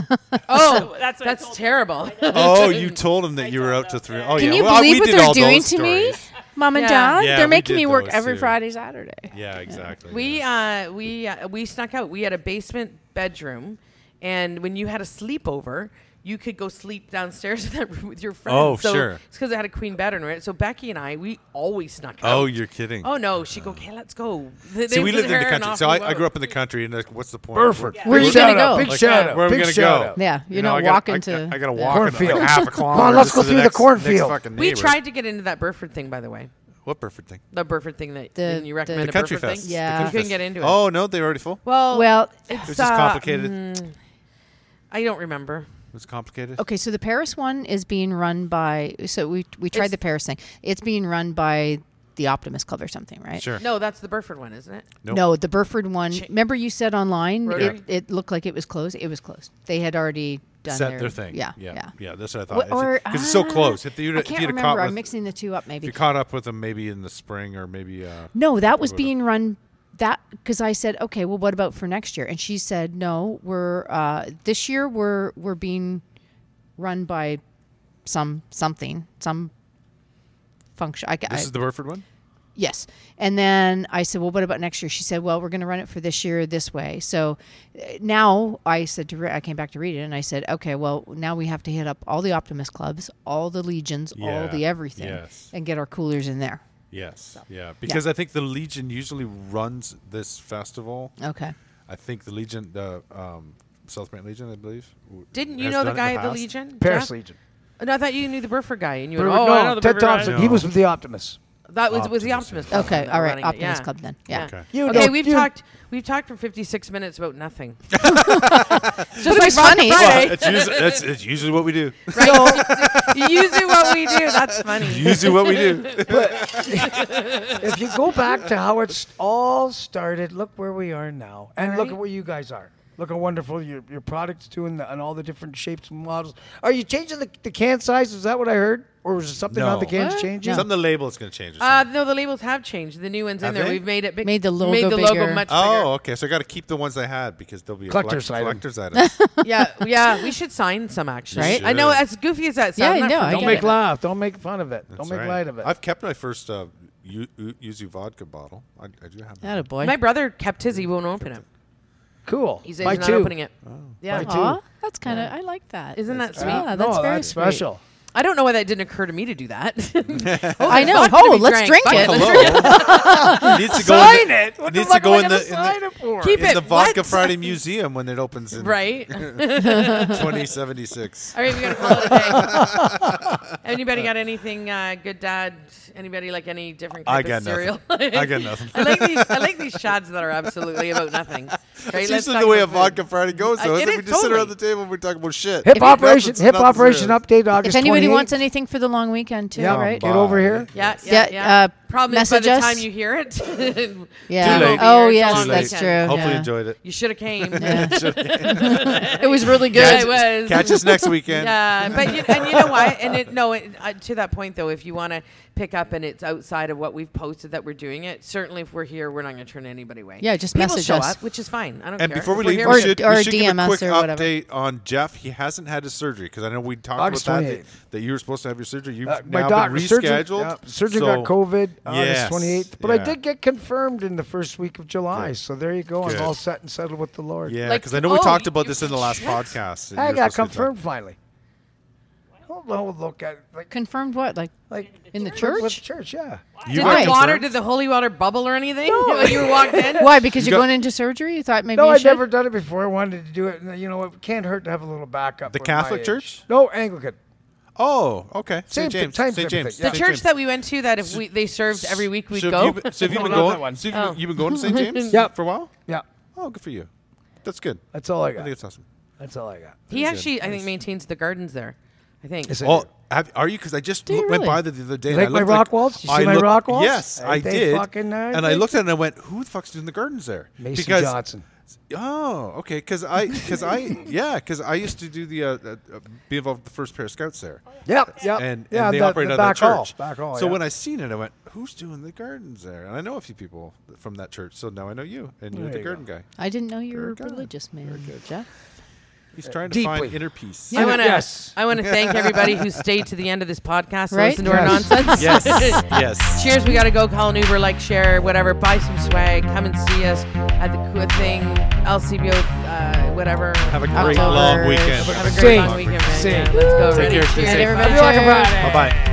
Oh,
that's what I
that's
told them.
terrible.
Oh, you told him that you were
told
out to
them.
three. Oh,
Can
yeah.
you
well,
believe
we
what
did
they're
all
doing
those
to me,
stories.
mom and
Yeah.
dad?
Yeah,
they're
we
making
did
me work
those
every
too.
Friday, Saturday.
Yeah, exactly.
We uh, we uh, we snuck out. We had a basement bedroom, and when you had a sleepover, you could go sleep downstairs in that room with your friends.
Oh,
so
sure.
It's because it had a queen bed in it. So Becky and I, we always snuck out.
Oh, you're kidding.
Oh no, she go. Okay, let's go. They,
See, we
did
lived in the
her and
country,
off
so
we
I, I
went.
grew up in the country, and like, what's the point?
Burford.
Where-
Where are
Big
you gonna
shout out,
go?
Big
Like,
shout out.
where are we
big
gonna
shout
go?
out.
Yeah, you're not
I gotta-
walking
I-
to.
I, gotta
yeah.
walk another,
Cornfield.
like half a
Come on,
kilometer.
let's go
to
through the
next- next
cornfield.
fucking
We
neighbor.
tried to get into that Burford thing, by the way.
What Burford thing?
The Burford thing that
The-
and you
the-
recommended.
The country
Burford
fest.
Thing?
Yeah.
The country
You
couldn't
fest.
get into it.
Oh no, they were already full.
Well,
Well, Mm.
It
it's
was just
uh,
complicated.
I don't remember.
It was complicated.
Okay, so the Paris one is being run by. So we we tried
It's-
the Paris thing. It's being run by the Optimist Club or something, right?
Sure.
No, that's the Burford one, isn't it?
Nope.
No, the Burford one.
Cha-
remember, you said online
Rotary?
it, it looked like it was closed. It was closed. They had already done
set
their,
their thing.
Yeah,
yeah,
yeah.
That's what I thought.
Wh- or-
because it's so
ah,
close. If you'd,
I
if
can't
you'd have caught
remember. I'm
with-
mixing the two up.
if
Maybe
you caught up with them, maybe in the spring or maybe. Uh,
No, that was
Or whatever.
being run that because I said, okay, well, what about for next year? And she said, no, we're uh, this year we're we're being run by some something some function. I, ca-
This
I-
is the Burford one.
Yes. And then I said, well, what about next year? She said, well, we're going to run it for this year this way. So uh, now I said to Ri- I came back to read it and I said, okay, well, now we have to hit up all the Optimist clubs, all the legions,
Yeah.
all the everything,
Yes.
and get our coolers in there.
Yes. Yeah. Because I think the Legion usually runs this festival.
Okay.
I think the Legion, the um, South Brant Legion, I believe. w-
Didn't you
has
know the
done it in
guy at the
past.
Legion?
Paris
Jeff?
Legion.
No, I thought you knew the Burford guy, and you
Brewer-
went, "Oh, I know
no,
the
Ted
Burford guy."
Thompson. He was with the Optimists.
That was with the Optimist.
Optimist.
Club
Okay.
that
All
were
right.
running it,
Optimist
yeah.
Club then. Yeah.
Okay.
You
okay,
know-
we've
you-
talked. We've talked for 56 minutes about nothing. Just
it was
Rocket
funny.
Friday.
That's usually, that's, it's usually what we do.
Usually what we do. That's funny.
Usually what we do.
if you go back to how it's all started, look where we are now, and look at where you guys are. Look how wonderful your, your product's doing, the, and all the different shapes and models. Are you changing the, the can size? Is that what I heard, or was it something on the
No.
cans
What?
changing?
No.
Something the label is going to change. Or
Uh,
something.
no, the labels have changed. The new ones in
Have
there.
they?
We've made it big.
Made the
made
logo
the logo
bigger.
much
oh, okay. So I got to keep the ones I had because they'll be a
Collector's
collect-
item.
collector's items.
bigger. yeah, yeah. We should sign some actually.
Right?
I know
Should.
as goofy as that
Yeah,
sounds.
I
not
know,
for
I
Don't
me.
get
make
it.
laugh. Don't make fun of it.
That's
don't make
right.
light of it.
I've kept my first uh, U- U- Yuzu vodka bottle. I, I do have that.
That a boy.
My brother kept his. He won't open it.
cool.
He says
Buy
he's not
two.
opening it. Yeah.
Buy
Aw.
two.
Aw, Oh, that's kind of I like that.
Isn't that sweet?
Yeah,
Yeah, that's
no,
very
that's
sweet.
special.
I don't know why that didn't occur to me to do that.
I know.
vodka to
Oh,
be
let's
drank.
drink it.
Hello. it needs to go in
Sign
the,
it. What the
needs
fuck
to go
am I
in the,
gonna
in
sign
the,
it for?
Keep
in
it.
the Vodka
What?
Friday Museum when it opens in
Right. All
2076.
right, we gotta call it a day. Anybody got anything uh, good, Dad? Anybody like any different
I
kind
got
of cereal?
nothing. I got nothing.
I like these. I like these shots that are absolutely about nothing. Right,
It's
let's
usually
talk
the way a
about food.
vodka Friday goes,
I
though.
get
Is it?
it,
We just sit around
totally.
the table and we talk about shit.
Hip
you-
operation.
Nothing's-
Hip
nothing's
operation
serious.
update. August.
If anybody
28th.
wants anything for the long weekend too,
yeah,
right?
get over here.
Yeah, yeah,
Yeah,
yeah.
uh,
Problem is, by
message
the
us.
time you hear it,
Yeah.
Too late.
Oh
It's
yes,
long
Too late.
that's
weekend.
true.
Hopefully
yeah.
enjoyed it.
you should have came.
It was really good.
Yeah, it was.
Catch us next weekend.
Yeah, but you, and you know why? And it, no, it, uh, to that point though, if you want to pick up and it's outside of what we've posted that we're doing it, certainly if we're here, we're not going to turn anybody away.
Yeah, just
People
message
show
us.
up, which is fine. I don't
And
care.
before we
If we're
leave,
here,
we
we're-
should,
or
we should give a
DM
quick
us or whatever.
update on Jeff. He hasn't had his surgery because I know we talked
August
about that,
28th.
that. that you were supposed to have your surgery. You've
Uh,
now
my doctor,
been
surgeon,
rescheduled.
yeah, surgeon
so-
got COVID August
Yes,
28th, but I
yeah.
did get confirmed in the first week of July. So there you go.
Good.
I'm all set and settled with the Lord.
Yeah,
Like,
because I know we
oh,
talked about
you-
this in the last
Yes.
podcast. that
I
you were
got
supposed to be talking-
confirmed finally. Hold on, we'll look at it. Like,
Confirmed what? Like
like
in the
with- with
church?
church, yeah.
You
Did
got
Why?
the water?
confirmed?
Did the holy water bubble or anything when you walked in?
Why? Because
You
you are
got-
going into surgery? You thought maybe
No,
you
I've
should?
never done it before. I wanted to do it. and You know, it can't hurt to have a little backup.
The
with my
Catholic
age.
church?
No, Anglican.
Oh, okay.
Same
St.
thing- same
James. St.
type of
James.
thing.
The
St.
church
James.
that we went to that if we, they served every week we'd
so
go. Oh.
Have you, been- so have you
No,
been
not
going?
that one.
So have you, you've been going to St. James?
Yeah.
For a while?
Yeah,
Oh, good for you. That's good.
that's all I
I think
got.
it's awesome.
That's all I got.
he
good.
actually, I think, maintains the gardens there. I think.
Is it-
Oh, have, are you? Because I just
you
looked- went
really?
by there the other day.
You
and I
like my
looked
rock walls? You
I
see my
looked-
rock walls?
Yes,
Ain't
I
they
did.
fucking nice?
and I looked at it and I went, "Who the fuck's doing the gardens there?"
Mason
because,
Johnson.
Oh, okay. Because I, because I, yeah, because I used to do the uh, uh, uh, be involved with the first pair of scouts there.
Yep, yep.
and,
Oh, yeah,
and they
the,
operate
the
out of
back
the
hall,
church.
Back hall,
so
yeah.
when I seen it, I went, "Who's doing the gardens there?" And I know a few people from that church, so now I know you, and you're
There
the
you
garden
go.
guy.
I didn't know you were
Very
a
good.
religious man, Jeff.
He's trying to find
deeply.
inner peace.
I want to.
Yes.
I want to thank everybody who stayed to the end of this podcast.
Right?
And listen to our
Yes.
nonsense.
Yes, yes.
Cheers, we gotta go call an Uber, like, share, whatever. Buy some swag. Come and see us at the cool thing, LCBO, uh, whatever.
Have a great
October.
long weekend.
Have a
Sing.
great long weekend, man.
Sing.
Yeah, let's go.
Take
Ready?
care. Stay
Cheers.
safe.
And everybody,
Happy Rock and
cheers.
Friday.
Bye bye.